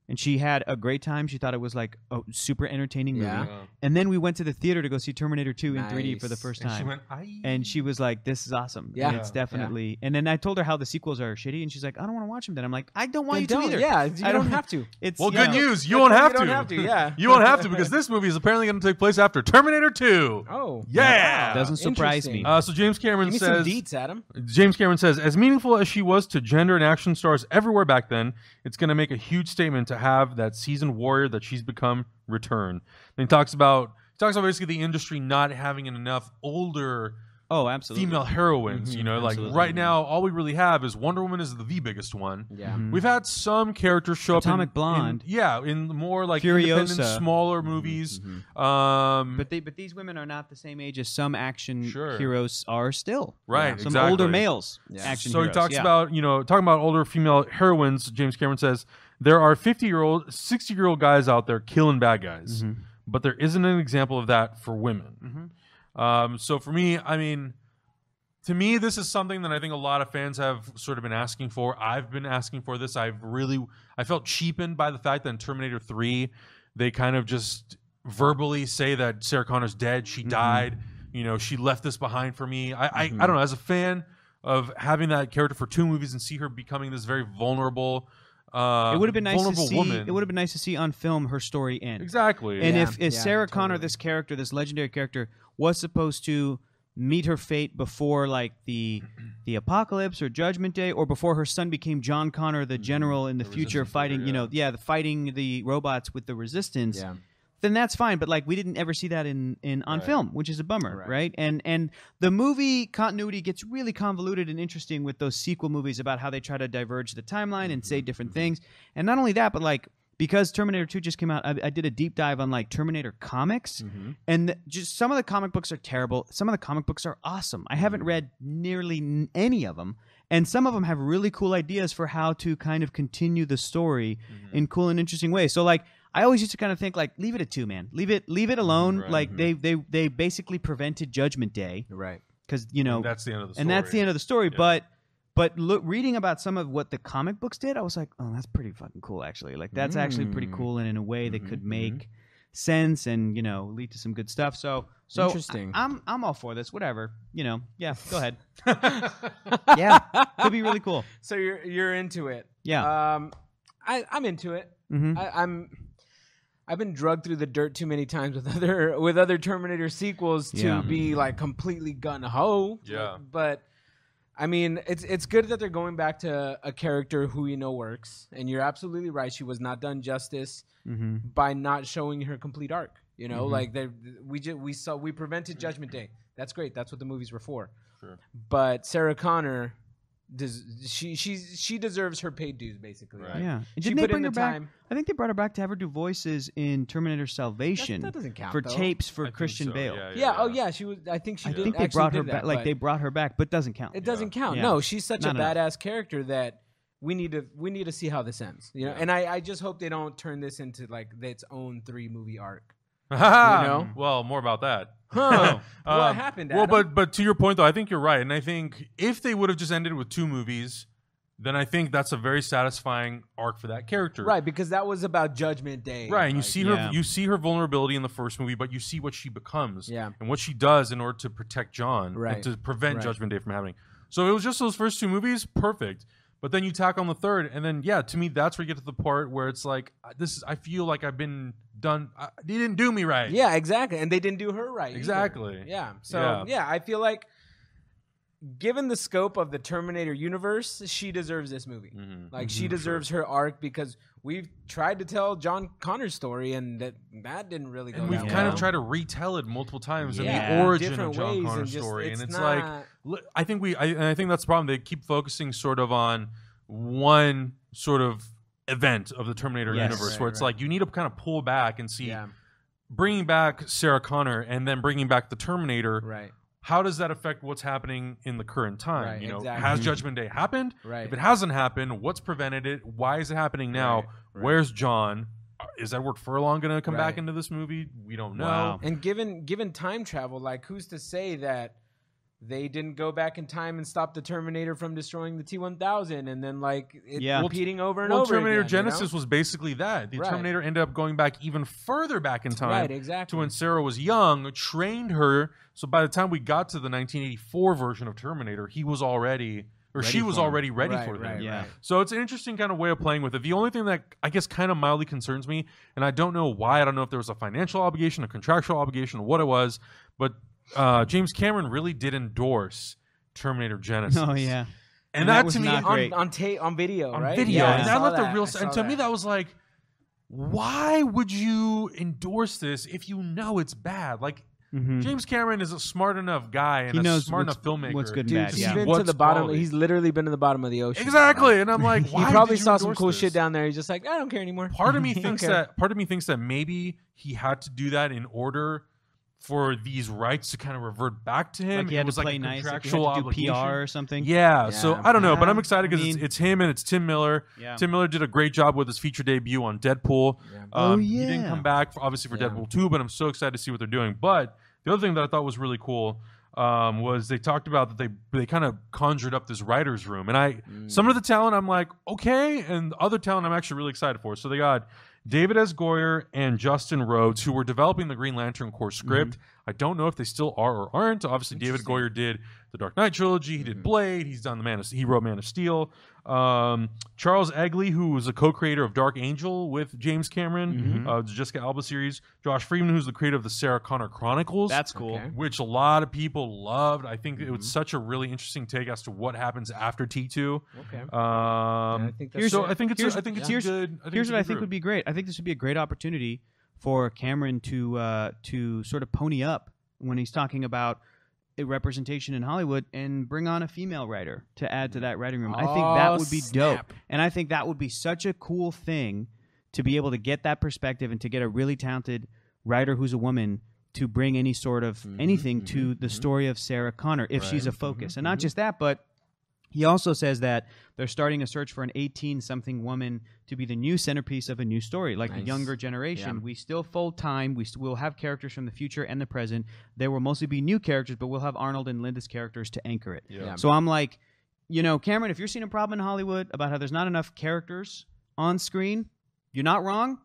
Speaker 2: and she had a great time. She thought it was like a super entertaining movie.
Speaker 4: Yeah.
Speaker 2: And then we went to the theater to go see Terminator 2 in 3D for the
Speaker 4: Nice.
Speaker 2: first
Speaker 1: And
Speaker 2: time.
Speaker 1: she went, "Aye."
Speaker 2: and she was like, "This is awesome."
Speaker 4: Yeah.
Speaker 2: and it's definitely. And then I told her how the sequels are shitty, and she's like, "I don't want to watch them." Then I'm like, "I don't want
Speaker 4: They
Speaker 2: you
Speaker 4: don't-
Speaker 2: to either."
Speaker 4: Yeah, you
Speaker 2: I
Speaker 4: don't,
Speaker 2: don't-
Speaker 4: have to.
Speaker 2: It's
Speaker 1: Well,
Speaker 2: yeah.
Speaker 1: good news. You
Speaker 4: Good
Speaker 1: won't
Speaker 4: thing
Speaker 1: have
Speaker 4: you
Speaker 1: to.
Speaker 4: don't have to, yeah.
Speaker 1: you won't have to because this movie is apparently going to take place after Terminator 2.
Speaker 4: Oh,
Speaker 1: Yeah.
Speaker 2: Doesn't surprise me.
Speaker 4: Interesting.
Speaker 1: Uh, so James Cameron
Speaker 4: Give me
Speaker 1: says
Speaker 4: some deets, Adam.
Speaker 1: James Cameron says, as meaningful as she was to gender and action stars everywhere back then, it's going to make a huge statement to have that seasoned warrior that she's become return. And he talks about he talks about basically the industry not having enough older
Speaker 2: Oh, absolutely.
Speaker 1: female heroines.
Speaker 4: Mm-hmm.
Speaker 1: you know, like
Speaker 2: absolutely.
Speaker 1: right now, all we really have is Wonder Woman is the, the biggest one.
Speaker 4: Yeah.
Speaker 2: Mhm.
Speaker 1: We've had some characters show up. in-
Speaker 2: Atomic
Speaker 1: in-
Speaker 2: Blonde.
Speaker 1: yeah, in more like
Speaker 2: Furiosa. Mm-hmm.
Speaker 1: independent, smaller movies. Um,
Speaker 2: But they, but these women are not the same age as some action
Speaker 1: Sure.
Speaker 2: heroes are still.
Speaker 1: Right,
Speaker 2: Some
Speaker 1: exactly.
Speaker 2: older males.
Speaker 4: Yeah.
Speaker 2: Action
Speaker 1: so
Speaker 2: heroes.
Speaker 1: he talks
Speaker 2: yeah.
Speaker 1: about you know talking about older female heroines james cameron says there are 50 year old 60 year old guys out there killing bad guys
Speaker 2: Mm-hmm.
Speaker 1: but there isn't an example of that for women um, so for me i mean to me this is something that i think a lot of fans have sort of been asking for i've been asking for this i've really i felt cheapened by the fact that in terminator 3 they kind of just verbally say that sarah connor's dead
Speaker 2: Mm-hmm.
Speaker 1: she died you know she left this behind for me i I, I don't know as a fan of having that character for two movies and see her becoming this very vulnerable uh
Speaker 2: It would have been nice to
Speaker 1: vulnerable
Speaker 2: see.
Speaker 1: woman
Speaker 2: It would have been nice to see on film her story end.
Speaker 1: exactly
Speaker 2: And
Speaker 4: Yeah,
Speaker 2: if, if
Speaker 4: yeah,
Speaker 2: Sarah Connor,
Speaker 4: totally.
Speaker 2: this character, this legendary character, was supposed to meet her fate before like the the apocalypse or judgment day or before her son became John Connor the general in the,
Speaker 1: The
Speaker 2: future
Speaker 1: Resistance leader,
Speaker 2: fighting you
Speaker 1: yeah.
Speaker 2: know yeah the fighting the robots with the resistance
Speaker 4: Yeah.
Speaker 2: then that's fine but like we didn't ever see that in in on
Speaker 1: Right.
Speaker 2: film which is a bummer right.
Speaker 4: Right.
Speaker 2: and and the movie continuity gets really convoluted and interesting with those sequel movies about how they try to diverge the timeline and say different things and not only that but like because Terminator 2 just came out, I, I did a deep dive on like Terminator comics,
Speaker 4: Mm-hmm.
Speaker 2: and th- just some of the comic books are terrible. Some of the comic books are awesome. I
Speaker 1: Mm.
Speaker 2: haven't read nearly n- any of them, and some of them have really cool ideas for how to kind of continue the story
Speaker 1: Mm-hmm.
Speaker 2: in cool and interesting ways. So like. I always used to kind of think like leave it at two, man. Leave it, leave it alone.
Speaker 1: Right.
Speaker 2: Like they, they, they basically prevented Judgment Day
Speaker 4: Right.
Speaker 2: because you know
Speaker 1: that's the end of the story
Speaker 2: and that's the end of the story.
Speaker 1: Yeah.
Speaker 2: But but look, reading about some of what the comic books did, I was like, oh, that's pretty fucking cool, actually. Like that's actually pretty
Speaker 4: Mm.
Speaker 2: cool, and in a way that could
Speaker 1: Mm-hmm,
Speaker 4: Mhm,
Speaker 2: make sense and you know lead to some good stuff. So so
Speaker 4: Interesting.
Speaker 2: I, am I'm all for this. Whatever, you know. Yeah, go ahead. yeah, could be really cool.
Speaker 4: So you're you're into it.
Speaker 2: Yeah.
Speaker 4: Um, I I'm into it.
Speaker 2: Mhm.
Speaker 4: I, I'm. I've been drugged through the dirt too many times with other with other Terminator sequels to
Speaker 2: Yeah.
Speaker 4: be like completely gun ho.
Speaker 1: Yeah.
Speaker 4: But I mean, it's it's good that they're going back to a character who you know works, and you're absolutely right. She was not done justice
Speaker 2: Mm-hmm.
Speaker 4: by not showing her complete arc. You know, like they we just we saw we prevented Judgment Day. That's great. That's what the movies were for.
Speaker 1: Sure.
Speaker 4: But Sarah Connor, does she she's she deserves her paid dues basically.
Speaker 1: Right.
Speaker 4: Like,
Speaker 2: Yeah. And
Speaker 4: She
Speaker 2: didn't they
Speaker 4: put
Speaker 2: bring
Speaker 4: in
Speaker 2: her
Speaker 4: the
Speaker 2: back?
Speaker 4: time.
Speaker 2: I think they brought her back to have her do voices in Terminator Salvation
Speaker 4: That, that doesn't count
Speaker 2: for
Speaker 4: though.
Speaker 2: tapes
Speaker 1: I
Speaker 2: for
Speaker 1: think
Speaker 2: Christian
Speaker 1: so,
Speaker 2: Bale.
Speaker 1: yeah,
Speaker 4: Yeah, oh yeah, she was. I think she
Speaker 2: I
Speaker 4: did.
Speaker 2: think they
Speaker 4: actually
Speaker 2: brought
Speaker 4: did
Speaker 2: her
Speaker 4: that,
Speaker 2: back. Like
Speaker 4: but
Speaker 2: they brought her back, but doesn't count.
Speaker 4: It doesn't count.
Speaker 2: Yeah.
Speaker 4: No, she's such
Speaker 2: Not
Speaker 4: a
Speaker 2: enough.
Speaker 4: badass character that we need to we need to see how this ends. You know,
Speaker 1: Yeah.
Speaker 4: and I I just hope they don't turn this into like its own three movie arc.
Speaker 1: you
Speaker 4: know?
Speaker 1: well more about that
Speaker 4: Huh.
Speaker 1: Um,
Speaker 4: what happened?
Speaker 1: well
Speaker 4: Adam?
Speaker 1: but but to your point though i think you're right and i think if they would have just ended with two movies then i think that's a very satisfying arc for that character
Speaker 4: right because that was about Judgment Day.
Speaker 1: right and you
Speaker 4: Like,
Speaker 1: see
Speaker 2: yeah.
Speaker 1: her you see her vulnerability in the first movie but you see what she becomes
Speaker 4: Yeah.
Speaker 1: and what she does in order to protect john
Speaker 4: Right.
Speaker 1: and to prevent
Speaker 4: Right.
Speaker 1: judgment day from happening so it was just those first two movies perfect but then you tack on the third and then yeah to me that's where you get to the part where it's like I- this is i feel like i've been done I, they didn't do me right
Speaker 4: Yeah, exactly. And they didn't do her right. either.
Speaker 1: Exactly.
Speaker 4: Yeah. So
Speaker 1: Yeah.
Speaker 4: yeah. I feel like given the scope of the Terminator universe, she deserves this movie.
Speaker 1: Mhm.
Speaker 4: Like she deserves her arc because we've tried to tell John Connor's story and that that didn't really go.
Speaker 1: and we've
Speaker 4: that
Speaker 1: kind
Speaker 4: well.
Speaker 1: of tried to retell it multiple times in
Speaker 2: Yeah.
Speaker 1: the origin of
Speaker 4: Different
Speaker 1: John
Speaker 4: ways
Speaker 1: Connor's
Speaker 4: and just-
Speaker 1: story,
Speaker 4: it's
Speaker 1: and it's like
Speaker 4: not-
Speaker 1: li- I think we, I, and I think that's the problem. They keep focusing sort of on one sort of event of the Terminator
Speaker 2: Yes.
Speaker 1: universe,
Speaker 4: Right,
Speaker 1: where it's
Speaker 4: right.
Speaker 1: like you need to kind of pull back and see,
Speaker 4: yeah,
Speaker 1: bringing back Sarah Connor and then bringing back the Terminator.
Speaker 4: right,
Speaker 1: How does that affect what's happening in the current time?
Speaker 4: Right,
Speaker 1: you know,
Speaker 4: exactly.
Speaker 1: has
Speaker 4: Mhm.
Speaker 1: Judgment Day happened?
Speaker 4: right.
Speaker 1: If it hasn't happened, what's prevented it? Why is it happening now?
Speaker 4: Right, right.
Speaker 1: Where's John? Is Edward Furlong going to come back
Speaker 4: Right.
Speaker 1: into this movie? We don't know.
Speaker 2: Wow.
Speaker 4: and given given time travel, like who's to say that they didn't go back in time and stop the Terminator from destroying the T1000, and then like it
Speaker 2: Yeah.
Speaker 4: repeating over and
Speaker 1: Well,
Speaker 4: over.
Speaker 1: Terminator
Speaker 4: again, you know?
Speaker 1: Genesis was basically that. The
Speaker 4: Right.
Speaker 1: Terminator ended up going back even further back in time
Speaker 4: right?
Speaker 1: to
Speaker 4: Exactly.
Speaker 1: when Sarah was young, trained her. So by the time we got to the 1984 version of Terminator, he was already, or
Speaker 2: Ready
Speaker 1: she was
Speaker 2: for him.
Speaker 1: already ready
Speaker 4: Right,
Speaker 1: for them.
Speaker 4: right,
Speaker 2: Yeah.
Speaker 4: right.
Speaker 1: So it's an interesting kind of way of playing with it. The only thing that I guess kind of mildly concerns me, and I don't know why, I don't know if there was a financial obligation, a contractual obligation, what it was, but uh, James Cameron really did endorse Terminator Genesis.
Speaker 2: Oh yeah.
Speaker 1: and,
Speaker 2: And
Speaker 1: that,
Speaker 2: that was
Speaker 1: to me
Speaker 2: not
Speaker 1: on,
Speaker 2: great.
Speaker 4: on on, ta- on video,
Speaker 1: on
Speaker 4: right?
Speaker 1: video,
Speaker 2: Yeah, I
Speaker 1: and
Speaker 4: saw
Speaker 1: that left
Speaker 4: that.
Speaker 1: a real.
Speaker 4: I
Speaker 1: s- And
Speaker 4: saw
Speaker 1: to me, that was like, why would you endorse this if you know it's bad? Like
Speaker 2: Mhm.
Speaker 1: James Cameron is a smart enough guy and
Speaker 2: He
Speaker 1: a
Speaker 2: knows
Speaker 1: smart
Speaker 2: what's-
Speaker 1: enough filmmaker.
Speaker 2: what's good and
Speaker 1: to
Speaker 2: bad,
Speaker 1: see
Speaker 2: yeah.
Speaker 4: He's been
Speaker 1: what's
Speaker 4: to the bottom.
Speaker 1: quality.
Speaker 4: He's literally been to the bottom of the ocean.
Speaker 1: exactly, and I'm like,
Speaker 4: He
Speaker 1: why
Speaker 4: probably
Speaker 1: did you
Speaker 4: saw some
Speaker 1: endorse
Speaker 4: cool
Speaker 1: this?
Speaker 4: shit down there. He's just like, I don't care anymore.
Speaker 1: Part of me
Speaker 4: Don't
Speaker 1: thinks
Speaker 4: care.
Speaker 1: that part of me thinks that maybe he had to do that in order for these rights to kind of revert back to him.
Speaker 2: Like he
Speaker 1: it
Speaker 2: had
Speaker 1: was
Speaker 2: to play
Speaker 1: like a
Speaker 2: nice, like he
Speaker 1: contractual
Speaker 2: had to do
Speaker 1: obligation.
Speaker 2: PR or something.
Speaker 1: Yeah, so
Speaker 4: Yeah.
Speaker 1: I don't know, but I'm
Speaker 2: Yeah,
Speaker 1: excited because
Speaker 2: I
Speaker 1: it's,
Speaker 2: mean-
Speaker 1: it's him and it's Tim Miller.
Speaker 2: Yeah.
Speaker 1: Tim Miller did a great job with his feature debut on Deadpool.
Speaker 4: Yeah.
Speaker 2: Oh,
Speaker 1: Um, He didn't
Speaker 2: yeah.
Speaker 1: come back, for, obviously, for
Speaker 4: Yeah.
Speaker 1: Deadpool 2, but I'm so excited to see what they're doing. But the other thing that I thought was really cool um, was they talked about that they they kind of conjured up this writer's room. And I
Speaker 4: Mm,
Speaker 1: some of the talent I'm like, okay, and other talent I'm actually really excited for. So they got David S. Goyer and Justin Rhodes, who were developing the Green Lantern core script. I don't know if they still are or aren't. Obviously, David
Speaker 4: Interesting.
Speaker 1: Goyer did the Dark Knight trilogy. He did Blade. He's done the Man. Of, he wrote Man of Steel. Um, Charles Egley, who was a co-creator of Dark Angel with James Cameron, uh, the Jessica Alba series. Josh Freeman, who's the creator of the Sarah Connor Chronicles
Speaker 2: That's cool.
Speaker 4: Okay.
Speaker 1: which a lot of people loved. I think it was such a really interesting take as to what happens after T two.
Speaker 4: Okay.
Speaker 1: Um, I
Speaker 4: think that's
Speaker 1: so.
Speaker 4: it.
Speaker 1: I think it's.
Speaker 2: Here's-
Speaker 1: A, I think it's
Speaker 2: here's-
Speaker 1: a good. I think
Speaker 2: Here's
Speaker 1: it's a
Speaker 2: what I
Speaker 1: good
Speaker 2: think
Speaker 1: group.
Speaker 2: would be great. I think this would be a great opportunity for Cameron to uh, to sort of pony up when he's talking about a representation in Hollywood and bring on a female writer to add to that writing room. I think that
Speaker 4: Oh,
Speaker 2: would be
Speaker 4: snap.
Speaker 2: dope, and I think that would be such a cool thing to be able to get that perspective and to get a really talented writer who's a woman to bring any sort of anything to the story of Sarah Connor if she's a focus, and not just that, but he also says that they're starting a search for an 18 something woman to be the new centerpiece of a new story, like the
Speaker 4: Nice.
Speaker 2: younger generation. We still fold time. We st- will have characters from the future and the present. There will mostly be new characters, but we'll have Arnold and Linda's characters to anchor it.
Speaker 1: Yeah.
Speaker 2: So I'm like, you know, Cameron, if you're seeing a problem in Hollywood about how there's not enough characters on screen, you're not wrong.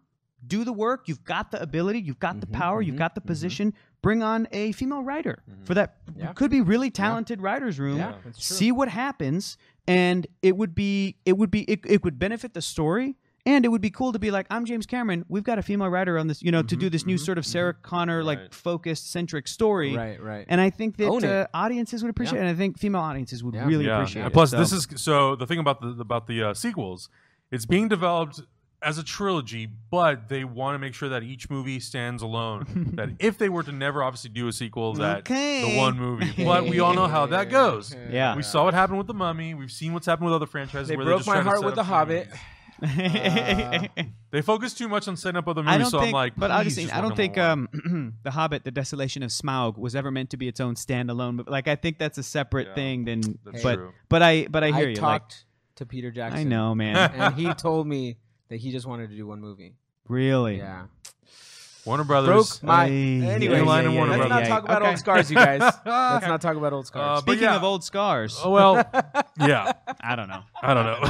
Speaker 2: Do the work. You've got the ability. You've got the
Speaker 4: Mhm,
Speaker 2: power. You've
Speaker 4: mhm,
Speaker 2: got the
Speaker 4: mhm.
Speaker 2: position. Bring on a female writer
Speaker 4: Mhm.
Speaker 2: for that.
Speaker 4: Yeah.
Speaker 2: Could be really talented writers room
Speaker 4: Yeah, that's true.
Speaker 2: see what happens and it would be it would be it, it would benefit the story and it would be cool to be like i'm james cameron we've got a female writer on this you know to
Speaker 4: Mm-hmm,
Speaker 2: do this new sort of sarah connor like
Speaker 1: Right.
Speaker 2: focused centric story
Speaker 4: Right, right.
Speaker 2: and i think that
Speaker 4: Own it.
Speaker 2: uh, audiences would appreciate it and i think female audiences would
Speaker 4: Yeah.
Speaker 2: really
Speaker 1: Yeah.
Speaker 2: appreciate
Speaker 1: And
Speaker 2: it
Speaker 1: Plus,
Speaker 2: So-
Speaker 1: this is so the thing about the about the uh, sequels. It's being developed as a trilogy, but they want to make sure that each movie stands alone. that if they were to never obviously do a sequel, that
Speaker 2: Okay.
Speaker 1: the one movie. But we all know how that goes.
Speaker 2: Yeah.
Speaker 1: We saw what happened with the Mummy. We've seen what's happened with other franchises.
Speaker 4: They
Speaker 1: where
Speaker 4: broke
Speaker 1: just
Speaker 4: my
Speaker 1: trying to
Speaker 4: heart
Speaker 1: set
Speaker 4: with
Speaker 1: up
Speaker 4: the Hobbit.
Speaker 1: series. They focus too much on setting up other movies,
Speaker 2: I don't
Speaker 1: so
Speaker 2: think,
Speaker 1: I'm like,
Speaker 2: but I
Speaker 1: please
Speaker 2: just, think-
Speaker 1: just
Speaker 2: I
Speaker 1: work
Speaker 2: don't
Speaker 1: on
Speaker 2: think
Speaker 1: one.
Speaker 2: um, the Hobbit, the Desolation of Smaug, was ever meant to be its own standalone. But like, I think that's a separate
Speaker 1: Yeah.
Speaker 2: thing. Than,
Speaker 1: That's
Speaker 2: but,
Speaker 1: true.
Speaker 2: but I, but I
Speaker 4: I,
Speaker 2: hear you. Like,
Speaker 4: talked to Peter Jackson.
Speaker 2: I know, man.
Speaker 4: and he told me that he just wanted to do one movie.
Speaker 2: really.
Speaker 4: Yeah.
Speaker 1: Warner Brothers.
Speaker 4: Broke my.
Speaker 2: Ay,
Speaker 4: Anyway,
Speaker 1: yeah, yeah, yeah,
Speaker 4: let's
Speaker 1: yeah,
Speaker 4: not
Speaker 1: yeah.
Speaker 4: talk about
Speaker 2: Okay.
Speaker 4: old scars, you guys. Let's not talk about old scars.
Speaker 1: Uh, but
Speaker 2: Speaking
Speaker 1: yeah.
Speaker 2: of old scars,
Speaker 1: Oh well, yeah.
Speaker 2: I don't know.
Speaker 1: I don't know.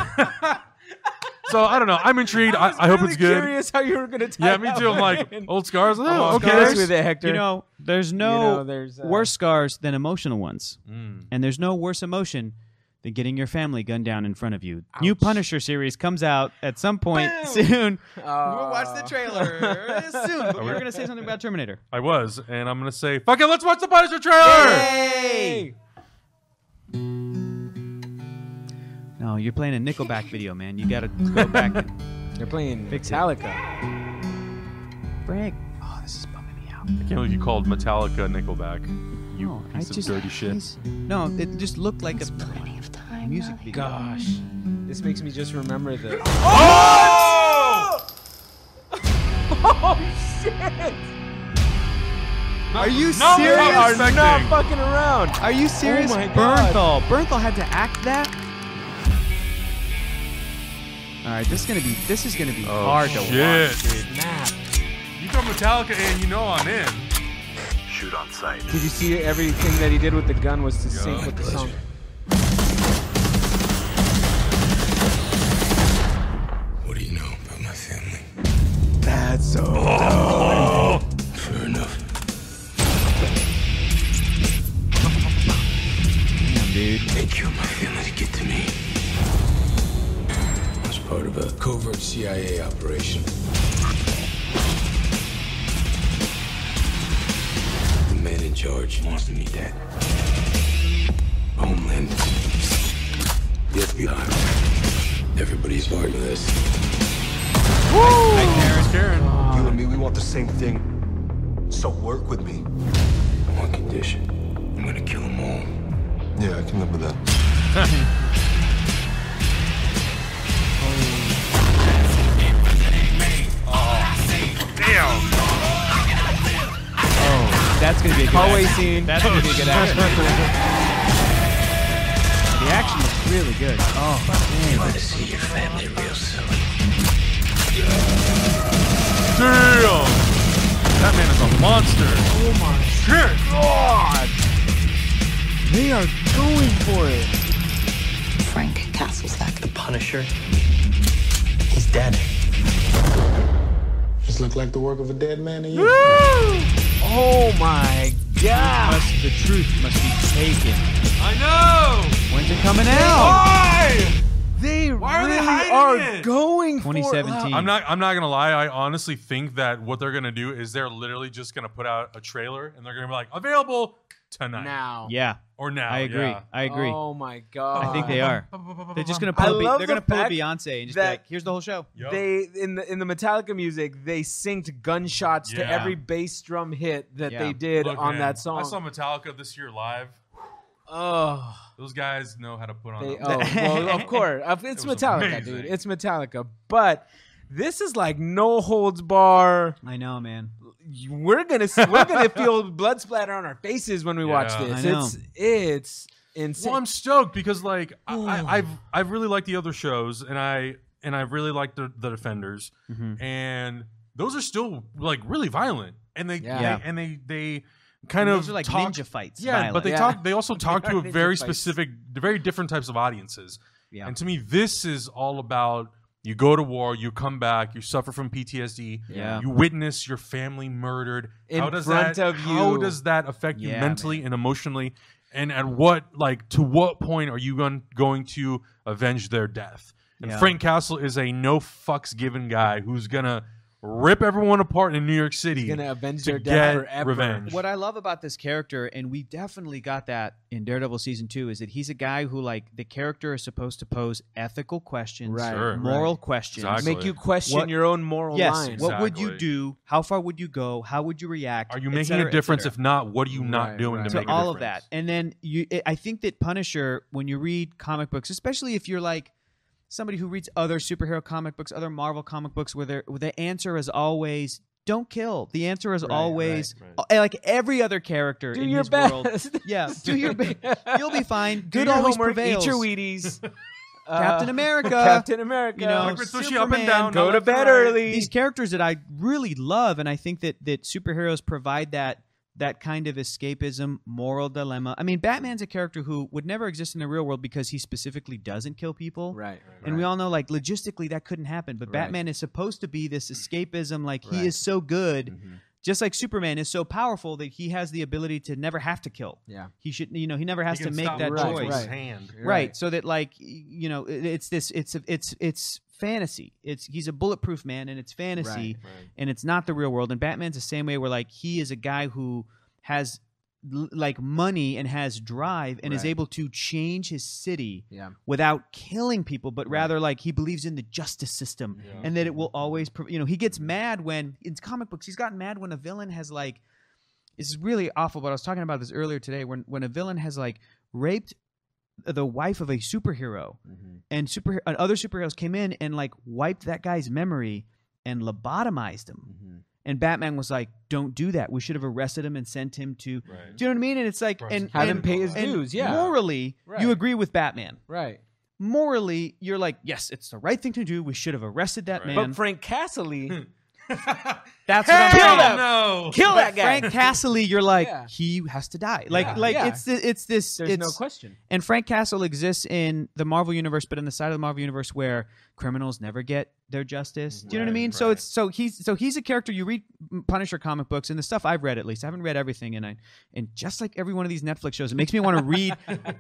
Speaker 1: so I don't know. I'm intrigued. I, I hope it's good.
Speaker 4: Curious how you were gonna. Tie
Speaker 1: Yeah, me
Speaker 4: that
Speaker 1: too. I'm like
Speaker 4: one in.
Speaker 1: old scars. Oh,
Speaker 4: Old
Speaker 1: okay.
Speaker 4: scars with it, Hector. Uh,
Speaker 2: You know, there's
Speaker 4: You
Speaker 2: no
Speaker 4: know, there's uh,
Speaker 2: worse scars than emotional ones,
Speaker 1: Mm.
Speaker 2: and there's no worse emotion than getting your family gunned down in front of you. New Punisher series comes out at some point soon.
Speaker 4: uh,
Speaker 2: trailer soon. But
Speaker 1: we-
Speaker 2: we were gonna say something about Terminator.
Speaker 1: I was, and I'm gonna say, fuck it. Let's watch the Punisher trailer.
Speaker 4: Hey.
Speaker 2: No, you're playing a Nickelback video, man. You gotta go back and
Speaker 4: They're playing
Speaker 2: Fix it.
Speaker 4: Metallica.
Speaker 2: break. Oh, this is bumming me out.
Speaker 1: I can't believe you called Metallica Nickelback. You
Speaker 2: No, I
Speaker 1: piece of
Speaker 2: just-
Speaker 1: dirty shit.
Speaker 2: he's- No, it just looked like a
Speaker 5: plenty of time.
Speaker 2: music video.
Speaker 4: Gosh, this makes me just remember the.
Speaker 1: Oh!
Speaker 4: Oh shit!
Speaker 2: Are you
Speaker 1: No, we
Speaker 2: serious?
Speaker 1: are
Speaker 4: We're not fucking around.
Speaker 2: Are you serious?
Speaker 4: Oh my God.
Speaker 2: Bernthal. Bernthal had to act that. All right, this is gonna be this is gonna be
Speaker 1: Oh,
Speaker 2: hard to watch.
Speaker 1: shit. You throw Metallica in, you know I'm in.
Speaker 5: shoot on sight.
Speaker 4: Did you see everything that he did with the gun was to sync with the song?
Speaker 6: What do you know about my family? Oh.
Speaker 4: That's so.
Speaker 6: Fair enough.
Speaker 2: dude.
Speaker 6: They killed my family to get to me. I was part of a covert CIA operation. The man in charge wants me dead. Homeland. The FBI. Everybody's part of this.
Speaker 7: You and me, we want the same thing. So work with me.
Speaker 6: On one condition. I'm gonna kill them all.
Speaker 7: Yeah, I can live with that.
Speaker 2: That's gonna be a good
Speaker 4: Hallway
Speaker 2: action.
Speaker 4: scene.
Speaker 2: That's gonna be a good action. the action is really good. Oh,
Speaker 6: You want to see your family real soon.
Speaker 1: Damn! That man is a monster. Oh my shit! God!
Speaker 4: They are going for it.
Speaker 8: Frank Castlestack.
Speaker 9: The Punisher. He's dead.
Speaker 10: This look like the work of a dead man to you.
Speaker 4: Oh my god.
Speaker 2: Must, the truth must be taken.
Speaker 1: I know!
Speaker 2: When's it coming out?
Speaker 4: Oh! They
Speaker 1: Why are they
Speaker 4: really
Speaker 1: hiding
Speaker 4: are
Speaker 1: it?
Speaker 4: going for it.
Speaker 2: 2017.
Speaker 1: I'm not I'm not gonna lie, I honestly think that what they're gonna do is they're literally just gonna put out a trailer and they're gonna be like, available tonight.
Speaker 4: now.
Speaker 2: Yeah,
Speaker 1: Or now.
Speaker 2: I agree.
Speaker 1: yeah.
Speaker 2: I agree.
Speaker 4: Oh my god.
Speaker 2: I think they are. They're just gonna
Speaker 4: I
Speaker 2: pull. a Be-
Speaker 4: love
Speaker 2: they're
Speaker 4: the
Speaker 2: gonna pull a
Speaker 4: fact
Speaker 2: Beyonce and just be
Speaker 4: that-
Speaker 2: like, "Here's the whole show."
Speaker 1: Yup.
Speaker 4: They in the in the Metallica music, they synced gunshots to
Speaker 1: Yeah.
Speaker 4: every bass drum hit that
Speaker 2: Yeah.
Speaker 4: they did
Speaker 1: Look,
Speaker 4: on
Speaker 1: man,
Speaker 4: that song.
Speaker 1: I saw Metallica this year live.
Speaker 4: oh,
Speaker 1: Those guys know how to put on
Speaker 4: they,
Speaker 1: a-
Speaker 4: oh well, of course, Of- it's
Speaker 1: It was
Speaker 4: Metallica,
Speaker 1: amazing.
Speaker 4: dude. It's Metallica, but this is like no holds bar.
Speaker 2: I know, man.
Speaker 4: We're gonna we're gonna feel blood splatter on our faces when we watch
Speaker 1: Yeah.
Speaker 4: this.
Speaker 2: I know.
Speaker 4: It's it's insane.
Speaker 1: Well, I'm stoked because like I, I, I've I've really liked the other shows, and I and I really liked the, the Defenders,
Speaker 2: Mm-hmm.
Speaker 1: and those are still like really violent, and they,
Speaker 4: Yeah.
Speaker 1: they- and they they kind
Speaker 2: And
Speaker 1: of
Speaker 2: those are like
Speaker 1: talk,
Speaker 2: ninja fights.
Speaker 1: yeah, but
Speaker 2: violent.
Speaker 1: they
Speaker 4: Yeah.
Speaker 1: talk they also talk to a
Speaker 4: Ninja
Speaker 1: very
Speaker 4: fights.
Speaker 1: specific, very different types of audiences,
Speaker 2: Yeah.
Speaker 1: and to me, this is all about. You go to war, you come back, you suffer from PTSD,
Speaker 2: Yeah.
Speaker 1: you witness your family murdered.
Speaker 4: In
Speaker 1: how does
Speaker 4: front
Speaker 1: that,
Speaker 4: of
Speaker 1: How
Speaker 4: you.
Speaker 1: does does that affect you
Speaker 2: Yeah,
Speaker 1: mentally and emotionally and at what like to what point are you gon- going to avenge their death and
Speaker 2: Yeah.
Speaker 1: frank castle is a no fucks given guy who's gonna rip everyone apart in new york city
Speaker 4: gonna avenge
Speaker 1: to
Speaker 4: their
Speaker 1: get
Speaker 4: death forever.
Speaker 1: revenge
Speaker 2: What I love about this character, and we definitely got that in Daredevil season two, is that he's a guy who, like, the character is supposed to pose ethical questions,
Speaker 4: Right.
Speaker 1: Sure.
Speaker 2: moral questions.
Speaker 1: Exactly.
Speaker 4: Make you question
Speaker 2: What-
Speaker 4: your own moral
Speaker 2: Yes.
Speaker 4: line.
Speaker 2: What would you
Speaker 1: Exactly.
Speaker 2: do? How far would you go? How would you react?
Speaker 1: are you
Speaker 2: Et
Speaker 1: making
Speaker 2: cetera,
Speaker 1: a
Speaker 2: et
Speaker 1: difference
Speaker 2: cetera.
Speaker 1: if not what are you not
Speaker 4: Right,
Speaker 1: doing
Speaker 4: right.
Speaker 1: to
Speaker 4: So
Speaker 1: make
Speaker 2: to
Speaker 1: a
Speaker 2: all of that.
Speaker 1: difference?
Speaker 2: And then you, it, I think that Punisher, when you read comic books, especially if you're like somebody who reads other superhero comic books, other Marvel comic books, where, they're- where the answer is always don't kill. The answer is always uh, like every other character
Speaker 4: do
Speaker 2: in
Speaker 4: your
Speaker 2: his world.
Speaker 4: best?
Speaker 2: Yeah, do your best. You'll be fine.
Speaker 4: Do
Speaker 2: Good
Speaker 4: your
Speaker 2: always
Speaker 4: homework,
Speaker 2: prevails.
Speaker 4: Eat your Wheaties. Uh,
Speaker 2: Captain America.
Speaker 4: Captain America.
Speaker 2: You know,
Speaker 1: Liquid sushi up
Speaker 2: Superman,
Speaker 1: and down
Speaker 4: go
Speaker 1: no,
Speaker 4: to
Speaker 1: that's
Speaker 4: bed
Speaker 1: right.
Speaker 4: early.
Speaker 2: these characters that I really love, and I think that that superheroes provide that that kind of escapism, moral dilemma. I mean, Batman's a character who would never exist in the real world because he specifically doesn't kill people.
Speaker 4: right, right.
Speaker 2: And we all know, like logistically, that couldn't happen. But Batman is supposed to be this escapism. Like he is so good, just like Superman is so powerful that he has the ability to never have to kill.
Speaker 4: Yeah.
Speaker 2: he should. You know, he never has
Speaker 1: He
Speaker 2: to
Speaker 1: can
Speaker 2: make
Speaker 1: stop
Speaker 2: that
Speaker 1: bullets
Speaker 2: choice
Speaker 1: with his
Speaker 4: Right.
Speaker 1: hand.
Speaker 4: You're
Speaker 2: right so that like y- you know it- it's this it's it's it's fantasy it's he's a bulletproof man and it's fantasy and it's not the real world and batman's the same way where like he is a guy who has l- like money and has drive and is
Speaker 4: Right.
Speaker 2: able to change his city
Speaker 4: Yeah.
Speaker 2: without killing people but rather like he believes in the justice system and that it will always pro- you know he gets mad when in comic books he's gotten mad when a villain has like it's really awful but i was talking about this earlier today when when a villain has like raped the wife of a superhero
Speaker 4: Mm-hmm.
Speaker 2: and super and other superheroes came in and like wiped that guy's memory and lobotomized him
Speaker 4: Mm-hmm.
Speaker 2: and batman was like don't do that we should have arrested him and sent him to
Speaker 1: Right.
Speaker 2: do you know what i mean and it's like and,
Speaker 4: Had
Speaker 2: and-
Speaker 4: him pay his
Speaker 2: and
Speaker 4: dues. Yeah.
Speaker 2: morally
Speaker 4: Right.
Speaker 2: you agree with batman
Speaker 4: Right.
Speaker 2: morally you're like yes it's the right thing to do we should have arrested that
Speaker 1: Right.
Speaker 2: man
Speaker 4: But Frank Castle
Speaker 2: That's what I'm saying.
Speaker 5: that-
Speaker 1: No.
Speaker 5: Kill that guy.
Speaker 2: Frank Castle, you're like
Speaker 4: Yeah.
Speaker 2: he has to die. Like
Speaker 4: Yeah.
Speaker 2: like
Speaker 4: Yeah.
Speaker 2: it's th- it's this.
Speaker 4: There's
Speaker 2: it's,
Speaker 4: no question.
Speaker 2: And Frank Castle exists in the Marvel universe, but in the side of the Marvel universe where criminals never get their justice. Do you know what I
Speaker 1: Right,
Speaker 2: mean? So
Speaker 1: right.
Speaker 2: it's so he's so he's a character you read Punisher comic books and the stuff I've read at least. I haven't read everything, and I and just like every one of these Netflix shows, it makes me want to read.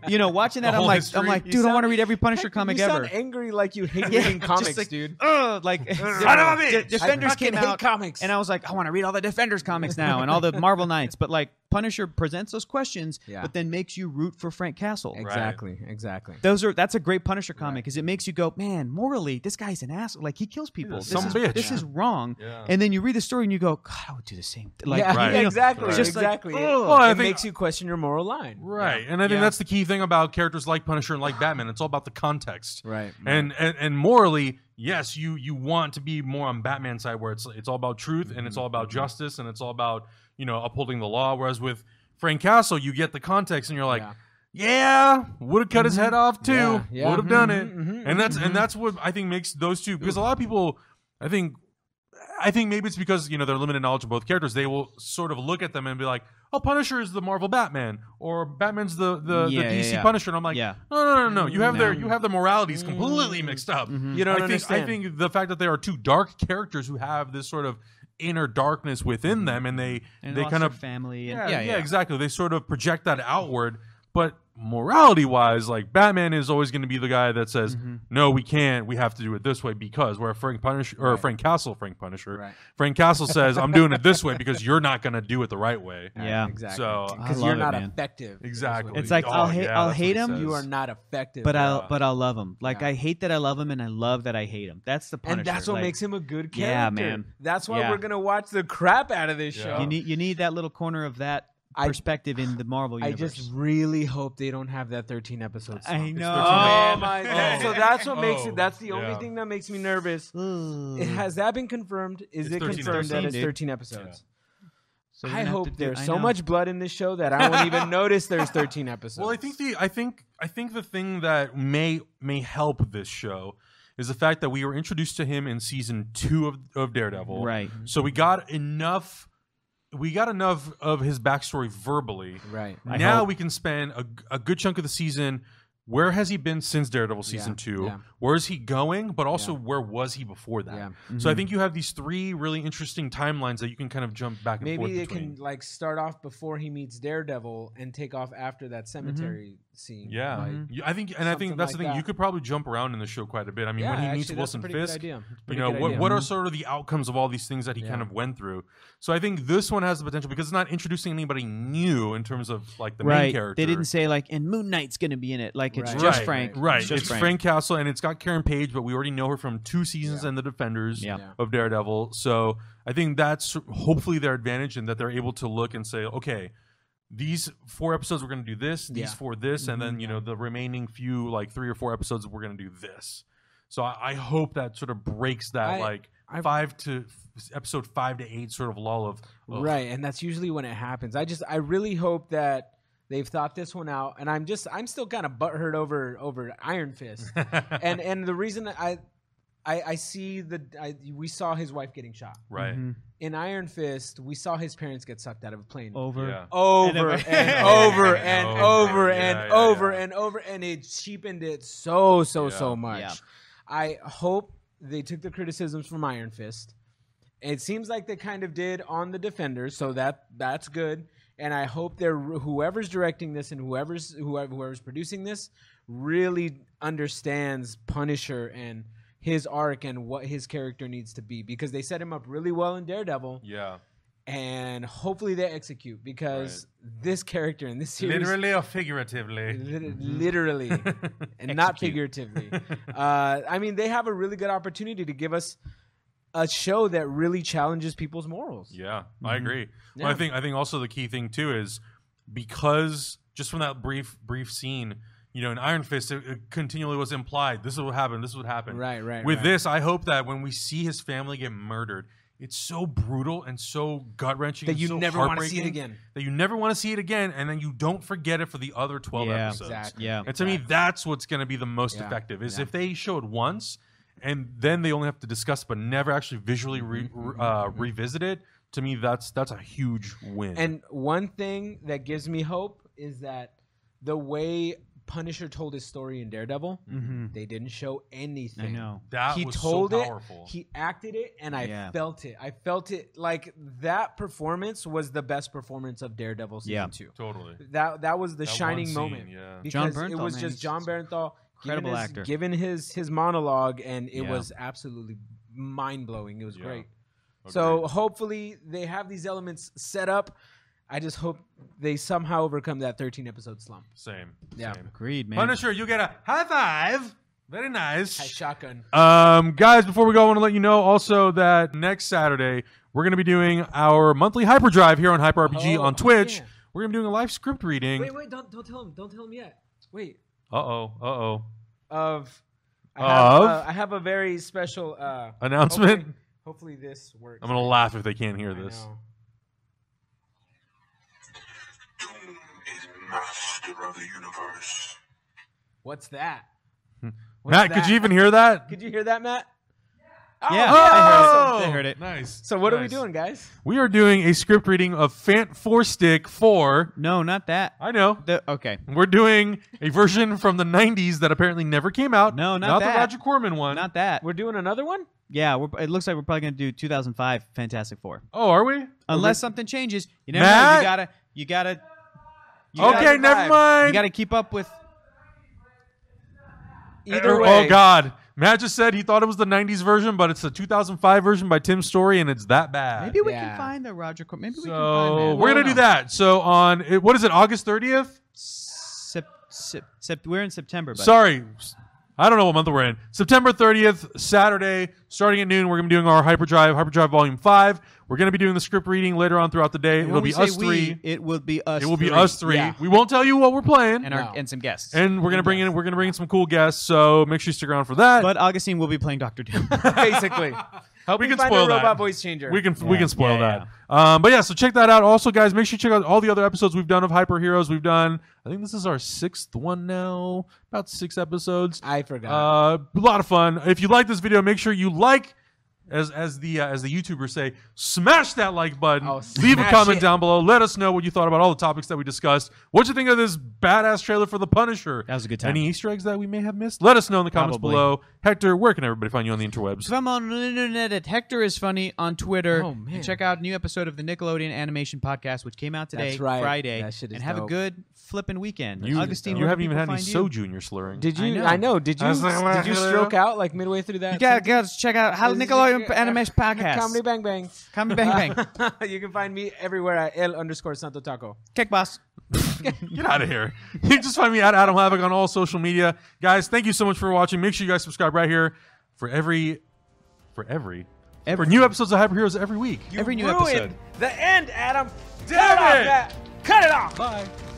Speaker 2: you know, watching that,
Speaker 1: The
Speaker 2: I'm
Speaker 1: whole
Speaker 2: like
Speaker 1: history?
Speaker 2: I'm like,
Speaker 1: You
Speaker 2: dude, I want to
Speaker 4: sound-
Speaker 2: read every Punisher comic
Speaker 4: you
Speaker 2: ever.
Speaker 4: sound angry like you hate
Speaker 2: Yeah,
Speaker 4: reading
Speaker 2: just
Speaker 4: comics,
Speaker 2: like,
Speaker 4: dude.
Speaker 2: Ugh, like
Speaker 4: Son of a
Speaker 2: De-
Speaker 4: bitch.
Speaker 2: Defenders
Speaker 4: I fucking
Speaker 2: came
Speaker 4: hate
Speaker 2: out,
Speaker 4: comics.
Speaker 2: and I was like, I want to read all the Defenders comics now and all the Marvel Knights. But like Punisher presents those questions,
Speaker 4: Yeah.
Speaker 2: but then makes you root for Frank Castle.
Speaker 4: Exactly, exactly.
Speaker 2: Those are that's a great Punisher comic because it makes you go, man, morally, this guy's an asshole. Like he kills people. This,
Speaker 1: some
Speaker 2: is,
Speaker 1: bitch."
Speaker 2: this is wrong.
Speaker 1: Yeah.
Speaker 2: And then you read the story and you go, God, I would do the same. Thing. Like
Speaker 4: yeah,
Speaker 1: Right.
Speaker 4: yeah,
Speaker 2: you know,
Speaker 4: exactly,
Speaker 1: Right.
Speaker 2: just like, oh,
Speaker 4: exactly. it
Speaker 2: ugh.
Speaker 1: Well, I
Speaker 4: it
Speaker 1: think-
Speaker 4: makes you question your moral line,
Speaker 1: Right. And I think
Speaker 2: Yeah.
Speaker 1: that's the key thing about characters like Punisher and like Batman. It's all about the context.
Speaker 4: Right.
Speaker 1: And and, and morally, yes, you you want to be more on Batman's side where it's it's all about truth and it's all about justice and it's all about, you know, upholding the law. Whereas with Frank Castle, you get the context and you're like,
Speaker 4: Yeah.
Speaker 1: Yeah, would have cut his head off too.
Speaker 4: Yeah, yeah.
Speaker 1: Would have done it.
Speaker 4: Mhm, mhm,
Speaker 1: and that's and that's what I think makes those two because a lot of people I think I think maybe it's because you know they're limited knowledge of both characters. They will sort of look at them and be like, "Oh, Punisher is the Marvel Batman, or Batman's the the,
Speaker 2: Yeah,
Speaker 1: the
Speaker 2: yeah,
Speaker 1: DC
Speaker 2: yeah.
Speaker 1: Punisher." And I'm like,
Speaker 2: Yeah. Mm-hmm.
Speaker 1: "No, no, no, no. You have their
Speaker 4: No.
Speaker 1: you have their moralities completely mixed up.
Speaker 4: You don't
Speaker 1: I think,
Speaker 4: understand.
Speaker 1: I think the fact that they are two dark characters who have this sort of inner darkness within them, and they
Speaker 2: Mm-hmm. and
Speaker 1: they
Speaker 2: lost
Speaker 1: kind
Speaker 2: their
Speaker 1: of
Speaker 2: family. And,
Speaker 1: yeah, yeah, exactly. They sort of project that outward, but morality wise, like Batman is always going to be the guy that says,
Speaker 2: Mm-hmm.
Speaker 1: "No, we can't. We have to do it this way because." Where Frank Punisher or Frank Castle, Frank Punisher,
Speaker 4: Right.
Speaker 1: Frank Castle says, "I'm doing it this way because you're not going to do it the right way."
Speaker 2: Yeah.
Speaker 4: Exactly.
Speaker 1: So
Speaker 2: I
Speaker 4: because you're
Speaker 2: love it,
Speaker 4: not
Speaker 2: man.
Speaker 4: effective. is what
Speaker 1: exactly,
Speaker 2: It's like,
Speaker 1: Oh,
Speaker 2: I'll hate-
Speaker 1: yeah,
Speaker 2: I'll
Speaker 1: that's what he
Speaker 2: hate him.
Speaker 1: says.
Speaker 4: You are not effective.
Speaker 2: But
Speaker 4: yeah.
Speaker 2: I'll but I love him. Like
Speaker 4: Yeah.
Speaker 2: I hate that I love him and I love that I hate him. That's the Punisher.
Speaker 4: and that's what
Speaker 2: Like,
Speaker 4: makes him a good character.
Speaker 2: Yeah, man.
Speaker 4: That's why
Speaker 2: Yeah.
Speaker 4: we're gonna watch the crap out of this
Speaker 1: Yeah.
Speaker 4: show.
Speaker 2: You need you need that little corner of that
Speaker 4: Oh. I-
Speaker 2: perspective in the Marvel
Speaker 4: I
Speaker 2: universe.
Speaker 4: just really hope they don't have that 13 episodes.
Speaker 2: I know.
Speaker 4: Oh
Speaker 1: Oh,
Speaker 4: my
Speaker 1: man.
Speaker 4: god! So that's what makes
Speaker 1: Oh,
Speaker 4: it. That's the
Speaker 1: yeah.
Speaker 4: only thing that makes me nervous.
Speaker 2: Ugh.
Speaker 4: It has that been confirmed? Is
Speaker 1: It's
Speaker 4: it
Speaker 1: 13
Speaker 4: confirmed that
Speaker 2: episodes.
Speaker 4: it's 13 episodes?
Speaker 2: So we're
Speaker 4: I
Speaker 2: gonna have
Speaker 4: hope
Speaker 2: to do-
Speaker 4: there's
Speaker 2: I
Speaker 4: so
Speaker 2: know.
Speaker 4: much blood in this show that I won't even notice there's 13 episodes.
Speaker 1: Well, I think the I think I think the thing that may may help this show is the fact that we were introduced to him in season two of, of Daredevil.
Speaker 2: Right.
Speaker 1: So we got enough. We got enough of his backstory verbally.
Speaker 4: right.
Speaker 2: I
Speaker 1: now
Speaker 2: hope.
Speaker 1: we can spend a, a good chunk of the season. Where has he been since Daredevil season
Speaker 4: Yeah,
Speaker 1: two?
Speaker 4: yeah.
Speaker 1: Where is he going? But also,
Speaker 4: Yeah.
Speaker 1: where was he before that?
Speaker 4: Yeah. Mm-hmm.
Speaker 1: So I think you have these three really interesting timelines that you can kind of jump back and forth
Speaker 4: Maybe they
Speaker 1: between.
Speaker 4: can like start off before he meets Daredevil and take off after that cemetery scene.
Speaker 1: Yeah,
Speaker 4: Like,
Speaker 1: You- Mm-hmm. I think, and I think
Speaker 4: something
Speaker 1: that's the
Speaker 4: like
Speaker 1: thing. You
Speaker 4: that.
Speaker 1: could probably jump around in the show quite a bit. I mean,
Speaker 4: yeah,
Speaker 1: when he
Speaker 4: actually,
Speaker 1: meets
Speaker 4: that's a
Speaker 1: Wilson
Speaker 4: pretty good
Speaker 1: Fisk,
Speaker 4: idea.
Speaker 1: you
Speaker 4: Pretty
Speaker 1: know
Speaker 4: good
Speaker 1: what
Speaker 4: idea. Mm-hmm.
Speaker 1: what are sort of the outcomes of all these things that he kind
Speaker 4: Yeah.
Speaker 1: of went through. So I think this one has the potential because it's not introducing anybody new in terms of like the
Speaker 2: right.
Speaker 1: main character.
Speaker 2: They didn't say like, and Moon Knight's gonna be in it. Like it's
Speaker 4: Right.
Speaker 2: just
Speaker 1: right,
Speaker 2: Frank.
Speaker 1: Right,
Speaker 2: It's just
Speaker 1: it's Frank. Castle, and it's got Karen Page, but we already know her from two seasons and the Defenders
Speaker 2: Yeah.
Speaker 4: Yeah.
Speaker 1: of Daredevil. So I think that's hopefully their advantage, and that they're able to look and say, okay, these four episodes we're going to do this, these
Speaker 4: Yeah.
Speaker 1: four this, and
Speaker 2: Mm-hmm.
Speaker 1: then you know the remaining few, like three or four episodes, we're going to do this. So I, I hope that sort of breaks that
Speaker 4: I-
Speaker 1: like
Speaker 4: I-
Speaker 1: five to episode five to eight sort of lull of ugh.
Speaker 4: Right, and that's usually when it happens. I just I really hope that they've thought this one out, and I'm just I'm still kind of butthurt over over Iron Fist, and and the reason I I, I see the I, we saw his wife getting shot
Speaker 1: right,
Speaker 2: Mm-hmm.
Speaker 4: in Iron Fist. We saw his parents get sucked out of a plane.
Speaker 2: Over.
Speaker 1: yeah.
Speaker 4: Over
Speaker 2: And-
Speaker 4: and over and
Speaker 1: Over,
Speaker 4: over
Speaker 1: yeah,
Speaker 4: and
Speaker 1: yeah,
Speaker 4: over
Speaker 1: yeah.
Speaker 4: and over, and it cheapened it so so
Speaker 1: Yeah.
Speaker 4: so much.
Speaker 2: Yeah.
Speaker 4: I hope they took the criticisms from Iron Fist. It seems like they kind of did on the Defenders, so that that's good. And I hope they're whoever's directing this and whoever's whoever, whoever's producing this really understands Punisher and his arc and what his character needs to be because they set him up really well in Daredevil
Speaker 1: yeah.
Speaker 4: and hopefully they execute because this character in this series
Speaker 1: or figuratively.
Speaker 4: Lit- literally and not figuratively. Uh, I mean, they have a really good opportunity to give us a show that really challenges people's morals.
Speaker 1: Yeah, I agree. Well, I
Speaker 4: Mm-hmm. Yeah.
Speaker 1: think I think also the key thing too is because just from that brief brief scene, you know, in Iron Fist, it, it continually was implied this is what happened, this is what happened.
Speaker 4: Right, right,
Speaker 1: With
Speaker 4: right.
Speaker 1: this, I hope that when we see his family get murdered, it's so brutal and so gut wrenching
Speaker 4: That you never
Speaker 1: want
Speaker 4: wanna see it again.
Speaker 1: That you never want to see it again, and then you don't forget it for the other twelve
Speaker 2: Yeah.
Speaker 1: episodes.
Speaker 4: Exactly.
Speaker 2: Yeah.
Speaker 1: And to me, that's what's going to be the most
Speaker 4: Yeah.
Speaker 1: effective is
Speaker 4: Yeah.
Speaker 1: if they showed once and then they only have to discuss but never actually
Speaker 4: Mm-hmm,
Speaker 1: visually re- re- uh, revisit it. To me, that's that's a huge win.
Speaker 4: And one thing that gives me hope is that the way Punisher told his story in Daredevil,
Speaker 2: Mm.
Speaker 4: they didn't show anything.
Speaker 2: Mm-hmm. I know.
Speaker 1: that
Speaker 4: he
Speaker 1: was
Speaker 4: told
Speaker 1: so
Speaker 4: it,
Speaker 1: powerful.
Speaker 4: he acted it, and I
Speaker 2: Yeah.
Speaker 4: felt it. I felt it like that performance was the best performance of Daredevil season
Speaker 2: Yeah.
Speaker 4: two.
Speaker 1: totally.
Speaker 4: That that was the
Speaker 1: That one
Speaker 4: shining
Speaker 1: scene,
Speaker 4: moment.
Speaker 1: yeah.
Speaker 4: Because
Speaker 2: John
Speaker 4: it
Speaker 2: Bernthal,
Speaker 4: was
Speaker 2: man,
Speaker 4: just
Speaker 2: he's-
Speaker 4: John Bernthal
Speaker 2: incredible
Speaker 4: giving his,
Speaker 2: actor.
Speaker 4: giving his his monologue, and it
Speaker 2: Yeah.
Speaker 4: was absolutely mind blowing. It was
Speaker 1: Yeah.
Speaker 4: great.
Speaker 1: Agreed.
Speaker 4: So hopefully they have these elements set up. I just hope they somehow overcome that 13 episode slump.
Speaker 1: Same.
Speaker 4: Yeah.
Speaker 1: Same.
Speaker 2: Agreed, man.
Speaker 1: Punisher, you get a high five. Very nice.
Speaker 4: Hi, shotgun.
Speaker 1: Um, guys, before we go, I want to let you know also that next Saturday we're going to be doing our monthly hyperdrive here on Hyper RPG
Speaker 4: Oh,
Speaker 1: on Twitch.
Speaker 4: yeah.
Speaker 1: We're going to be doing a live script reading.
Speaker 4: Wait, wait, don't don't tell him. Don't tell him yet. Wait.
Speaker 1: Uh oh, uh oh.
Speaker 4: Of I have,
Speaker 1: Of?
Speaker 4: uh, I have a very special uh,
Speaker 1: Announcement?
Speaker 4: Hopefully, hopefully this works.
Speaker 1: I'm going to laugh if they can't hear
Speaker 4: I
Speaker 1: this.
Speaker 4: know.
Speaker 6: Doom is master of the universe.
Speaker 4: What's that? What's
Speaker 1: Matt,
Speaker 4: that?
Speaker 1: could you even hear that?
Speaker 4: Could you hear that, Matt? Oh,
Speaker 2: Yeah.
Speaker 1: oh,
Speaker 2: I heard it. I heard it.
Speaker 1: Nice.
Speaker 4: So what are we
Speaker 1: Nice.
Speaker 4: doing, guys?
Speaker 1: We are doing a script reading of Fant Four Stick for.
Speaker 2: No, not that.
Speaker 1: I know.
Speaker 2: The, okay.
Speaker 1: We're doing a version from the '90s that apparently never came out.
Speaker 2: No, not
Speaker 1: the
Speaker 2: that.
Speaker 1: Roger Corman one.
Speaker 2: Not that.
Speaker 4: We're doing another one.
Speaker 1: Eh,
Speaker 2: yeah, we're, it looks like we're probably going to do 2005 Fantastic Four.
Speaker 1: oh, are we?
Speaker 2: Unless something changes. You never know.
Speaker 1: Matt?
Speaker 2: You got to you got to you
Speaker 1: okay,
Speaker 2: gotta,
Speaker 1: never
Speaker 4: vibe.
Speaker 1: mind.
Speaker 2: You got to keep up with
Speaker 4: Either
Speaker 1: Er,
Speaker 4: way.
Speaker 1: Oh God! Matt just said he thought it was the '90s version, but it's the 2005 version by Tim Story, and it's that bad.
Speaker 2: Maybe we
Speaker 4: Uh, Yeah.
Speaker 2: can find the Roger Corman. Maybe we can find
Speaker 1: so
Speaker 2: that.
Speaker 1: we're gonna do that. So on it- what is it? August 30th?
Speaker 2: Sep, sep, sep, we're in September, but
Speaker 1: Sorry, I don't know what month we're in. September 30th, Saturday, starting at noon. We're gonna be doing our Hyperdrive, Hyperdrive Volume Five. We're gonna be doing the script reading later on throughout the day.
Speaker 2: When
Speaker 1: It'll
Speaker 2: we
Speaker 1: be
Speaker 2: say
Speaker 1: us
Speaker 2: we,
Speaker 1: three.
Speaker 2: It will be us.
Speaker 1: It will be
Speaker 2: three.
Speaker 1: us three.
Speaker 4: Yeah.
Speaker 1: We won't tell you what we're playing,
Speaker 2: and
Speaker 1: and,
Speaker 2: our
Speaker 4: No.
Speaker 2: and some guests.
Speaker 1: we're gonna bring in we're gonna bring in some cool guests. So make sure you stick around for that.
Speaker 2: but Augustine will be playing Doctor Doom.
Speaker 4: basically. Hope
Speaker 1: We
Speaker 4: we
Speaker 1: can
Speaker 4: can find
Speaker 1: spoil
Speaker 4: a robot
Speaker 1: that.
Speaker 4: voice changer.
Speaker 1: We can we can spoil
Speaker 2: Yeah,
Speaker 1: that. Um, but yeah, so check that out. Also, guys, make sure you check out all the other episodes we've done of Hyper Heroes. We've done I think this is our sixth one now, about six episodes.
Speaker 4: I forgot.
Speaker 1: Uh, a lot of fun. If you like this video, make sure you like. As, as the uh, as the YouTubers say, smash that like button.
Speaker 4: Oh,
Speaker 1: Leave a
Speaker 4: smash
Speaker 1: comment
Speaker 4: it.
Speaker 1: down below. Let us know what you thought about all the topics that we discussed. What'd you think of this badass trailer for The Punisher?
Speaker 2: That was a good time.
Speaker 1: Any Easter eggs that we may have missed? Let us know in the comments
Speaker 2: Probably.
Speaker 1: below. Hector, where can everybody find you on the interwebs?
Speaker 2: Come on the internet at Hector is funny on Twitter.
Speaker 4: Oh, man.
Speaker 2: And check out a new episode of the Nickelodeon Animation Podcast, which came out today,
Speaker 4: That's right.
Speaker 2: Friday.
Speaker 4: That shit is
Speaker 2: and have a
Speaker 4: dope.
Speaker 2: good flippin' weekend.
Speaker 1: You,
Speaker 2: Augustine,
Speaker 1: you
Speaker 2: where
Speaker 1: haven't
Speaker 2: can
Speaker 1: even had
Speaker 2: people
Speaker 1: any
Speaker 2: find you?
Speaker 1: soju in your slurring.
Speaker 4: did you?
Speaker 2: I
Speaker 4: I
Speaker 2: know.
Speaker 4: know. Did you?
Speaker 1: I was like,
Speaker 4: did you stroke out like midway through that?
Speaker 2: You gotta, gotta check out how Nickelodeon Animation Podcast.
Speaker 4: Comedy Bang Bang.
Speaker 2: Comedy Bang Bang.
Speaker 4: you can find me everywhere at L underscore Santo Taco.
Speaker 2: Kick Boss.
Speaker 1: Get out of here. You can just find me at Adam Havoc on all social media. Guys, thank you so much for watching. Make sure you guys subscribe right here for every for every,
Speaker 2: Every-
Speaker 1: for new episodes of Hyper Heroes every week.
Speaker 2: Every new
Speaker 4: Ruined
Speaker 2: episode.
Speaker 4: The end, Adam.
Speaker 1: Damn
Speaker 4: Cut off
Speaker 1: it.
Speaker 4: that. Cut it off.
Speaker 1: Bye.